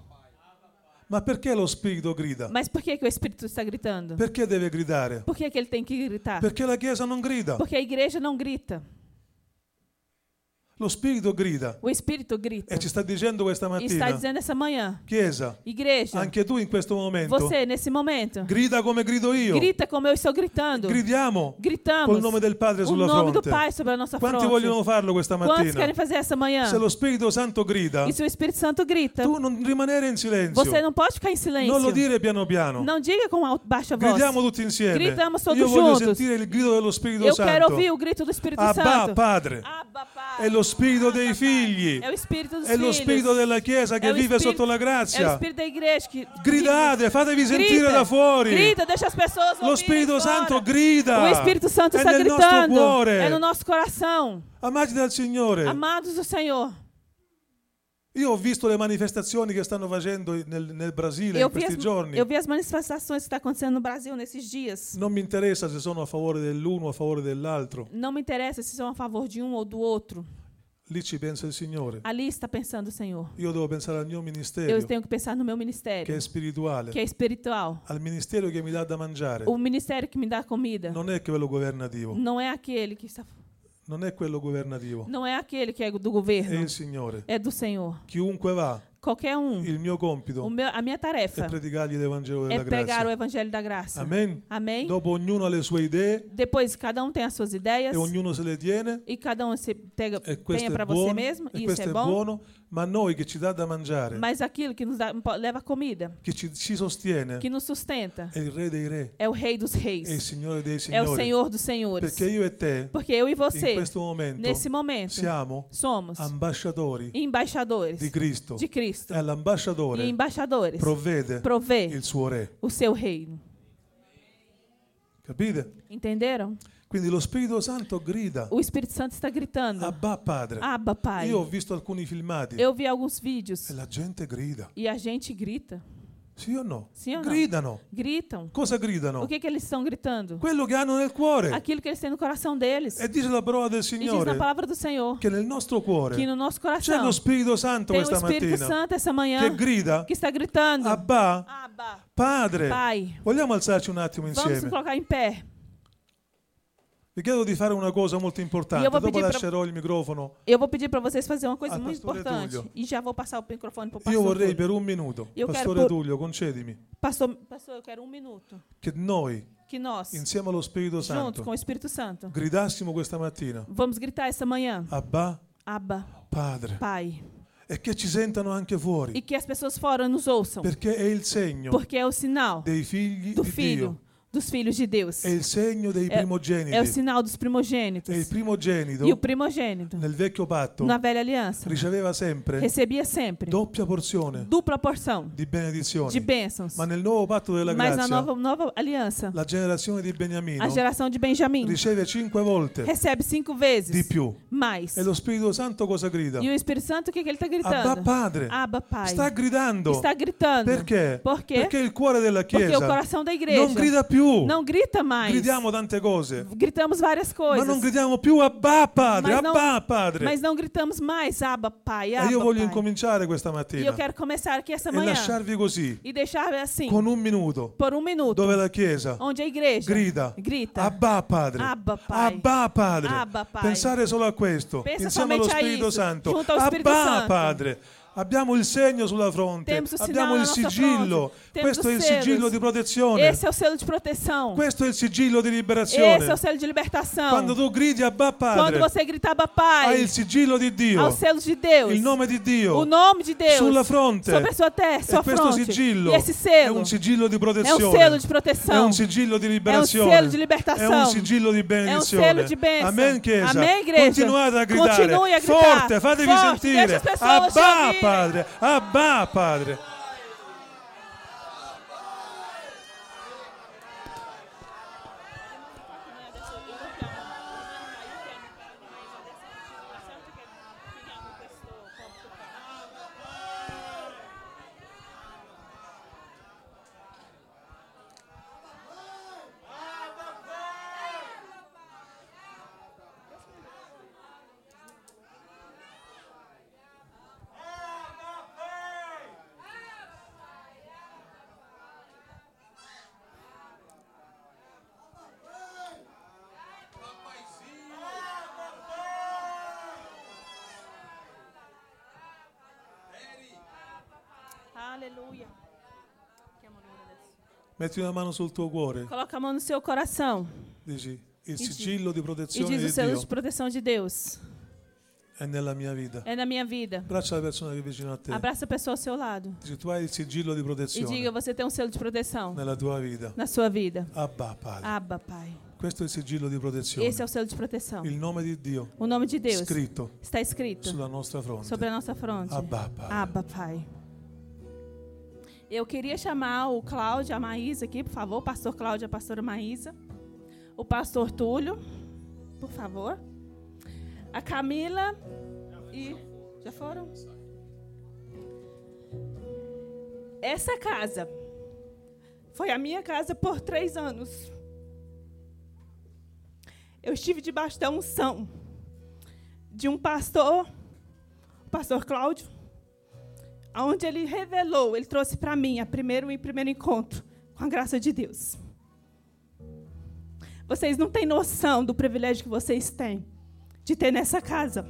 Ma perché lo spirito grida?
Mas por que, que o Espírito está gritando?
Perché deve gridare?
Por que, que ele tem que gritar?
Perché la Chiesa non grida.
Porque a igreja não grita.
Lo spirito grida.
O Espírito grita.
E ci sta dicendo questa
E está
mattina,
dizendo essa manhã:
Chiesa,
Igreja,
anche tu in questo momento
você, nesse momento,
grida come grido io.
grita como eu estou gritando.
Gridiamo
Gritamos
col nome del Padre
o
sulla
nome do
fronte.
Pai sobre a nossa
Quanti
fronte.
vogliono farlo questa
Quantos querem
mattina?
fazer essa manhã?
Se lo Spirito Santo grida,
E se o Espírito Ah. Santo grita,
tu non rimanere in silenzio.
você não pode ficar em silêncio.
Non lo dire piano piano.
Não diga com alta, baixa voz.
Gridiamo tutti insieme.
Gridiamo tutti
Io voglio
juntos.
sentire il grido dello Spirito
Eu
Santo.
quero ouvir o grito do Espírito
Abba,
Santo. Ah,
Padre.
Abba, Pai.
È lo spirito
ah.
dei figli.
É o Espírito dos
È lo
filhos.
spirito della Chiesa
É
che
o
vive
espírito-
sotto la
É o
grazia.
Espírito da igreja que
Gridate, fatevi
grita,
sentire da fuori.
Grita, deixa as pessoas
Lo
ouvirem
Spirito
fora.
Santo grida.
O Espírito Santo
è
está
nel nostro
gritando. É no
cuore. É.
nosso coração.
Amati dal Signore.
Amados do Senhor,
Io ho visto le manifestazioni che stanno facendo nel, nel Brasile
eu
in
vi, as,
questi giorni.
eu vi as manifestações que estão acontecendo no Brasil nesses dias.
Non mi interessa se sono a favore dell'uno o a favore dell'altro.
Não me interessa se são a favor de um ou do outro.
Lì ci pensa il Signore.
Ali está pensando o Senhor.
Io devo pensare al mio
Eu
ministero
tenho que pensar no meu ministério,
che è spirituale,
que é espiritual.
al ministero che mi dà da mangiare.
O ministério que me dá comida
Non è quello governativo,
não é aquele que está,
non è quello governativo.
não é aquele que é do
È
governo,
il Signore.
é do Senhor.
Chiunque va,
Qualquer um.
il mio
O
compito
meu- a minha tarefa
è predicargli l'Evangelo
é
della
pegar o
grazia.
evangelho da graça.
Amen.
Amém?
Dopo ognuno ha le sue idee
Depois cada um tem as suas ideias
e ognuno se le tiene
e cada um se pega,
e
tenha
questo
para
è
você
buono,
mesmo,
e
e isso
questo
é né?
è
bom.
buono, ma a noi che ci dà da mangiare,
Mas aquilo que nos dá, po- leva comida,
che ci, ci sostiene,
que nos sustenta,
è il Re dei Re,
é o Rei dos
è il
Reis,
Signore dei
é o
Signori.
Senhor dos Senhores.
Perché io e te,
Porque eu e
in
você,
questo momento,
nesse momento,
siamo
somos
ambasciatori
embaixadores
di Cristo
de Cristo.
e
E
all'ambasciatore
embaixadores
provvede
provê
il suo Re.
o seu reino.
Capite?
Entenderam?
Quindi lo Spirito Santo grida.
O Espírito Santo está gritando:
Abba Padre.
Abba, Pai.
Io ho visto alcuni filmati
Eu vi alguns vídeos
e la gente grida.
e a gente grita.
Sì o no?
Sì o no?
Gridano.
Gritam.
Cosa gridano?
O que, que eles estão gritando?
Quello che hanno nel cuore.
Aquilo que eles têm no coração deles.
E
E
dice la parola del
diz na
Signore
palavra do Senhor
che nel nostro cuore
que no nosso
c'è
coração
lo Spirito Santo
tem o
questa
Espírito
mattina
Santo essa
che
manhã
grida
que está gritando:
Abba É.
Abba,
Padre.
Pai.
Vogliamo alzarci un attimo
Vamos nos
insieme.
colocar em pé.
Vi chiedo di fare una cosa molto importante.
Io vou
Dopo
pedir pra-
lascerò il microfono.
Eu vou pedir para vocês fazer uma coisa
Ah,
muito
pastor
importante.
Túlio.
E já vou passar o microfone para
Io
o pastor.
vorrei
Túlio.
per un minuto,
Io quero
Pastore
por-
Tullio, concedimi,
Pastor, pastor, eu quero um minuto.
che noi,
Que nós,
insieme allo Spirito
junto com
Santo,
o Espírito Santo,
gridassimo questa mattina
vamos gritar essa manhã:
Abba
Abba,
Padre.
Pai.
e che ci sentano anche fuori,
E que as pessoas fora nos ouçam.
perché è il segno
Porque é o sinal
dei figli
do
di
filho,
Dio,
dos filhos de Deus.
è il segno dei
É-
primogeniti,
É o
e
sinal dos primogênitos.
il primogenito
E o primogênito,
nel vecchio patto
na velha aliança,
riceveva sempre
recebia sempre
doppia porzione
dupla porção
di benedizioni,
de bênçãos.
ma nel nuovo patto della
Mas na
grazia
nova, nova aliança,
la generazione di Beniamino
a geração de Benjamim
riceve cinque volte
recebe cinco
di
vezes
più
mais.
e lo Spirito Santo cosa grida?
E o Espírito Santo, o que, que ele está
Abba
gritando?
Padre,
Abba, Pai.
Ah, sta gridando,
Está gritando.
perché?
Por quê?
Perché il cuore della
Porque o
Chiesa
coração da igreja
non grida più,
não grita mais.
gridiamo tante cose,
Gritamos várias
Ma
coisas.
non gridiamo più Abba Padre,
Mas não-
Abba Padre.
Mas não gritamos mais, Abba, Pai,
e
Abba,
io voglio
Pai.
incominciare questa
E
mattina
eu quero começar aqui essa
e
manhã
lasciarvi così,
e deixar assim,
con un minuto,
por um minuto,
dove la Chiesa
onde é a igreja
grida,
Cioè, grita,
Abba Padre,
Abba Pai.
Abba Padre.
Abba Pai.
Pensare solo a questo,
Pensa
insieme allo
solamente a
Spirito
isso,
Santo,
junto ao
Abba
Espírito Santo.
Padre. Abbiamo il segno sulla fronte,
Temos o sinal
abbiamo
na
il
nossa
sigillo.
fronte, temos
Questo è il
os selos.
sigillo di protezione.
Esse é o selo de proteção.
Questo è il sigillo di liberazione.
Esse é o selo de libertação.
Quando tu gridi Abba Padre,
Quando você gritava
hai
Pai,
il sigillo di
ao
Dio,
selo de Deus,
il nome di Dio.
o nome de Deus,
sulla fronte.
sobre a sua, te-
e
sua
questo
fronte,
sigillo
e esse
è
selo,
un sigillo di
é um
protezione.
selo de
È
proteção.
un sigillo di liberazione.
È un selo di libertazione.
È un sigillo di benedizione.
È un selo di benedizione.
Amen, chiesa.
Amen, igreja.
Continuate a gridare.
Continui a gridare.
Forte, fatevi
Forte, deixa
sentire.
as pessoas te
Abba,
ouvirem.
Padre. Abba, Padre.
Aleluia.
Metti una mano sul tuo cuore.
Coloca a mão no seu coração
Dici, il
dici,
sigillo di
e
protezione
diz o
di
selo
Dio
de proteção de Deus.
è nella mia vita.
É na minha vida.
Abbraccia la persona che è vicino a te.
Abraça a pessoa ao seu lado
Dici, tu hai il sigillo di
e diga:
protezione
Você tem um selo de proteção
nella tua vita.
na sua vida.
Abba, Padre.
Abba, Pai.
Questo è il sigillo di protezione.
Esse é o selo de proteção.
Il nome di Dio
O nome de Deus
scritto
está escrito
sulla nostra fronte.
sobre a nossa fronte.
Abba, Padre.
Abba, Pai. Eu queria chamar o Cláudio, a Maísa aqui, por favor. Pastor Cláudio, a pastora Maísa. O pastor Túlio, por favor. A Camila e. Já foram? Essa casa foi a minha casa por três anos. Eu estive debaixo da unção de um pastor, o pastor Cláudio, aonde ele revelou, ele trouxe para mim a primeiro e primeiro encontro com a graça de Deus. Vocês não têm noção do privilégio que vocês têm de ter nessa casa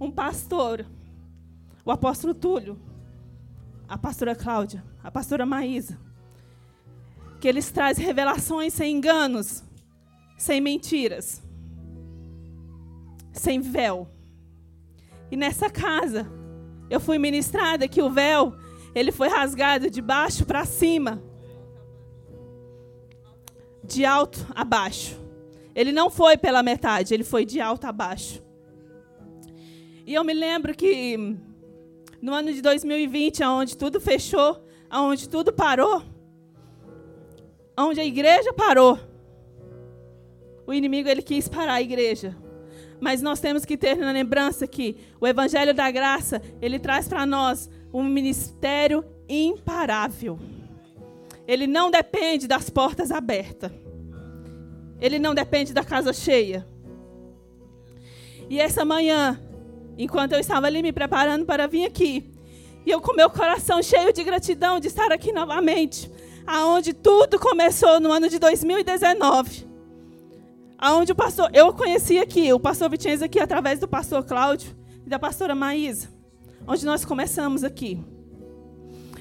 um pastor, o apóstolo Túlio, a pastora Cláudia, a pastora Maísa, que eles trazem revelações sem enganos, sem mentiras, sem véu. E nessa casa, eu fui ministrada que o véu, ele foi rasgado de baixo para cima. De alto a baixo. Ele não foi pela metade, ele foi de alto a baixo. E eu me lembro que hum, no ano de 2020, aonde tudo fechou, aonde tudo parou, aonde a igreja parou, o inimigo ele quis parar a igreja. Mas nós temos que ter na lembrança que o Evangelho da Graça, ele traz para nós um ministério imparável. Ele não depende das portas abertas. Ele não depende da casa cheia. E essa manhã, enquanto eu estava ali me preparando para vir aqui, e eu com meu coração cheio de gratidão de estar aqui novamente, aonde tudo começou no ano de 2019 aonde o pastor, eu conheci aqui, o pastor Vicenzo aqui através do pastor Cláudio e da pastora Maísa, onde nós começamos aqui.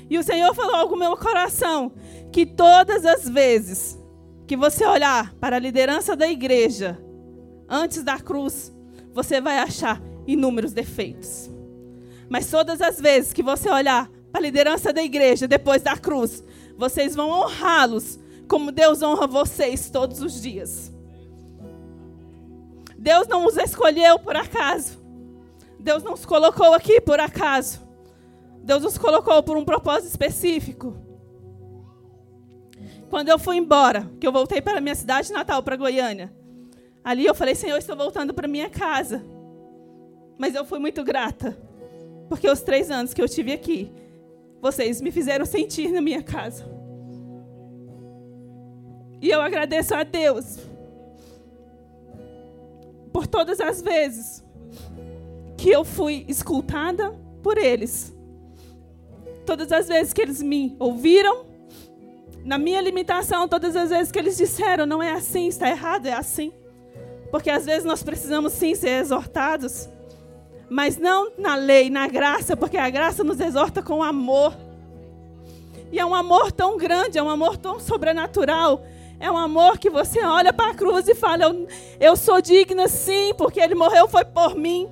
E o Senhor falou algo no meu coração, que todas as vezes que você olhar para a liderança da igreja, antes da cruz, você vai achar inúmeros defeitos. Mas todas as vezes que você olhar para a liderança da igreja depois da cruz, vocês vão honrá-los como Deus honra vocês todos os dias. Deus não os escolheu por acaso. Deus não os colocou aqui por acaso. Deus os colocou por um propósito específico. Quando eu fui embora, que eu voltei para minha cidade natal, para Goiânia, ali eu falei: Senhor, eu estou voltando para minha casa. Mas eu fui muito grata, porque os três anos que eu tive aqui, vocês me fizeram sentir na minha casa. E eu agradeço a Deus por todas as vezes que eu fui escutada por eles. Todas as vezes que eles me ouviram, na minha limitação, todas as vezes que eles disseram, não é assim, está errado, é assim. Porque às vezes nós precisamos sim ser exortados. mas não na lei, na graça, porque a graça nos exorta com amor. E é um amor tão grande, é um amor tão sobrenatural. É um amor que você olha para a cruz e fala: eu, eu sou digna, sim, porque ele morreu foi por mim.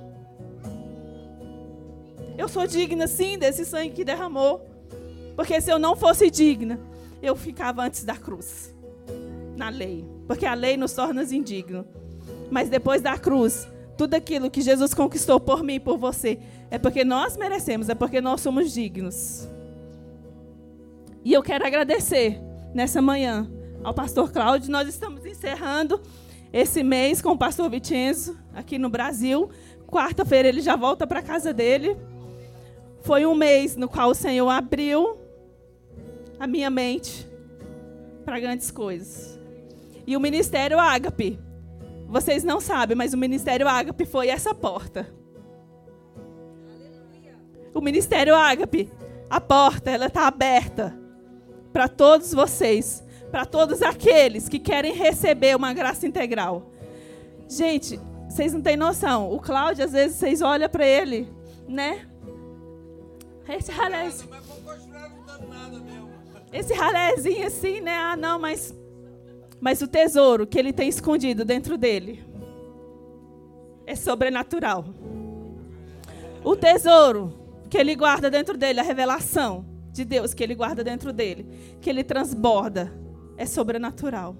Eu sou digna, sim, desse sangue que derramou. Porque se eu não fosse digna, eu ficava antes da cruz, na lei. Porque a lei nos torna indignos. Mas depois da cruz, tudo aquilo que Jesus conquistou por mim e por você, é porque nós merecemos, é porque nós somos dignos. E eu quero agradecer nessa manhã ao pastor Cláudio. Nós estamos encerrando esse mês com o pastor Vicenzo aqui no Brasil. Quarta-feira ele já volta para casa dele. Foi um mês no qual o Senhor abriu a minha mente para grandes coisas. E o ministério Ágape, vocês não sabem, mas o ministério Ágape foi essa porta. O ministério Ágape, a porta, ela está aberta para todos vocês, para todos aqueles que querem receber uma graça integral. Gente, vocês não têm noção. O Cláudio, às vezes, vocês olham para ele, né? Esse ralés. Esse ralézinho assim, né? Ah, não, mas. Mas o tesouro que ele tem escondido dentro dele é sobrenatural. O tesouro que ele guarda dentro dele, a revelação de Deus que ele guarda dentro dele, que ele transborda, é sobrenatural.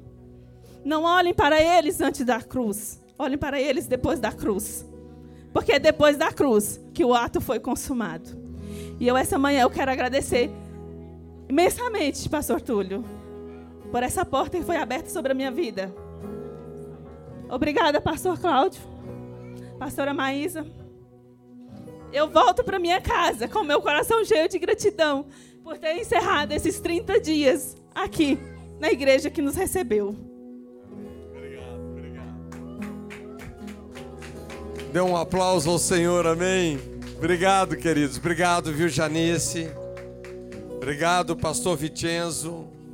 Não olhem para eles antes da cruz, olhem para eles depois da cruz. Porque é depois da cruz que o ato foi consumado. E eu, essa manhã, eu quero agradecer imensamente, Pastor Túlio, por essa porta que foi aberta sobre a minha vida. Obrigada, Pastor Cláudio, Pastora Maísa. Eu volto para minha casa com meu coração cheio de gratidão por ter encerrado esses 30 dias aqui na igreja que nos recebeu.
Obrigado, obrigado. Dê um aplauso ao Senhor, amém. Obrigado, queridos. Obrigado, viu, Janice. Obrigado, pastor Vicenzo.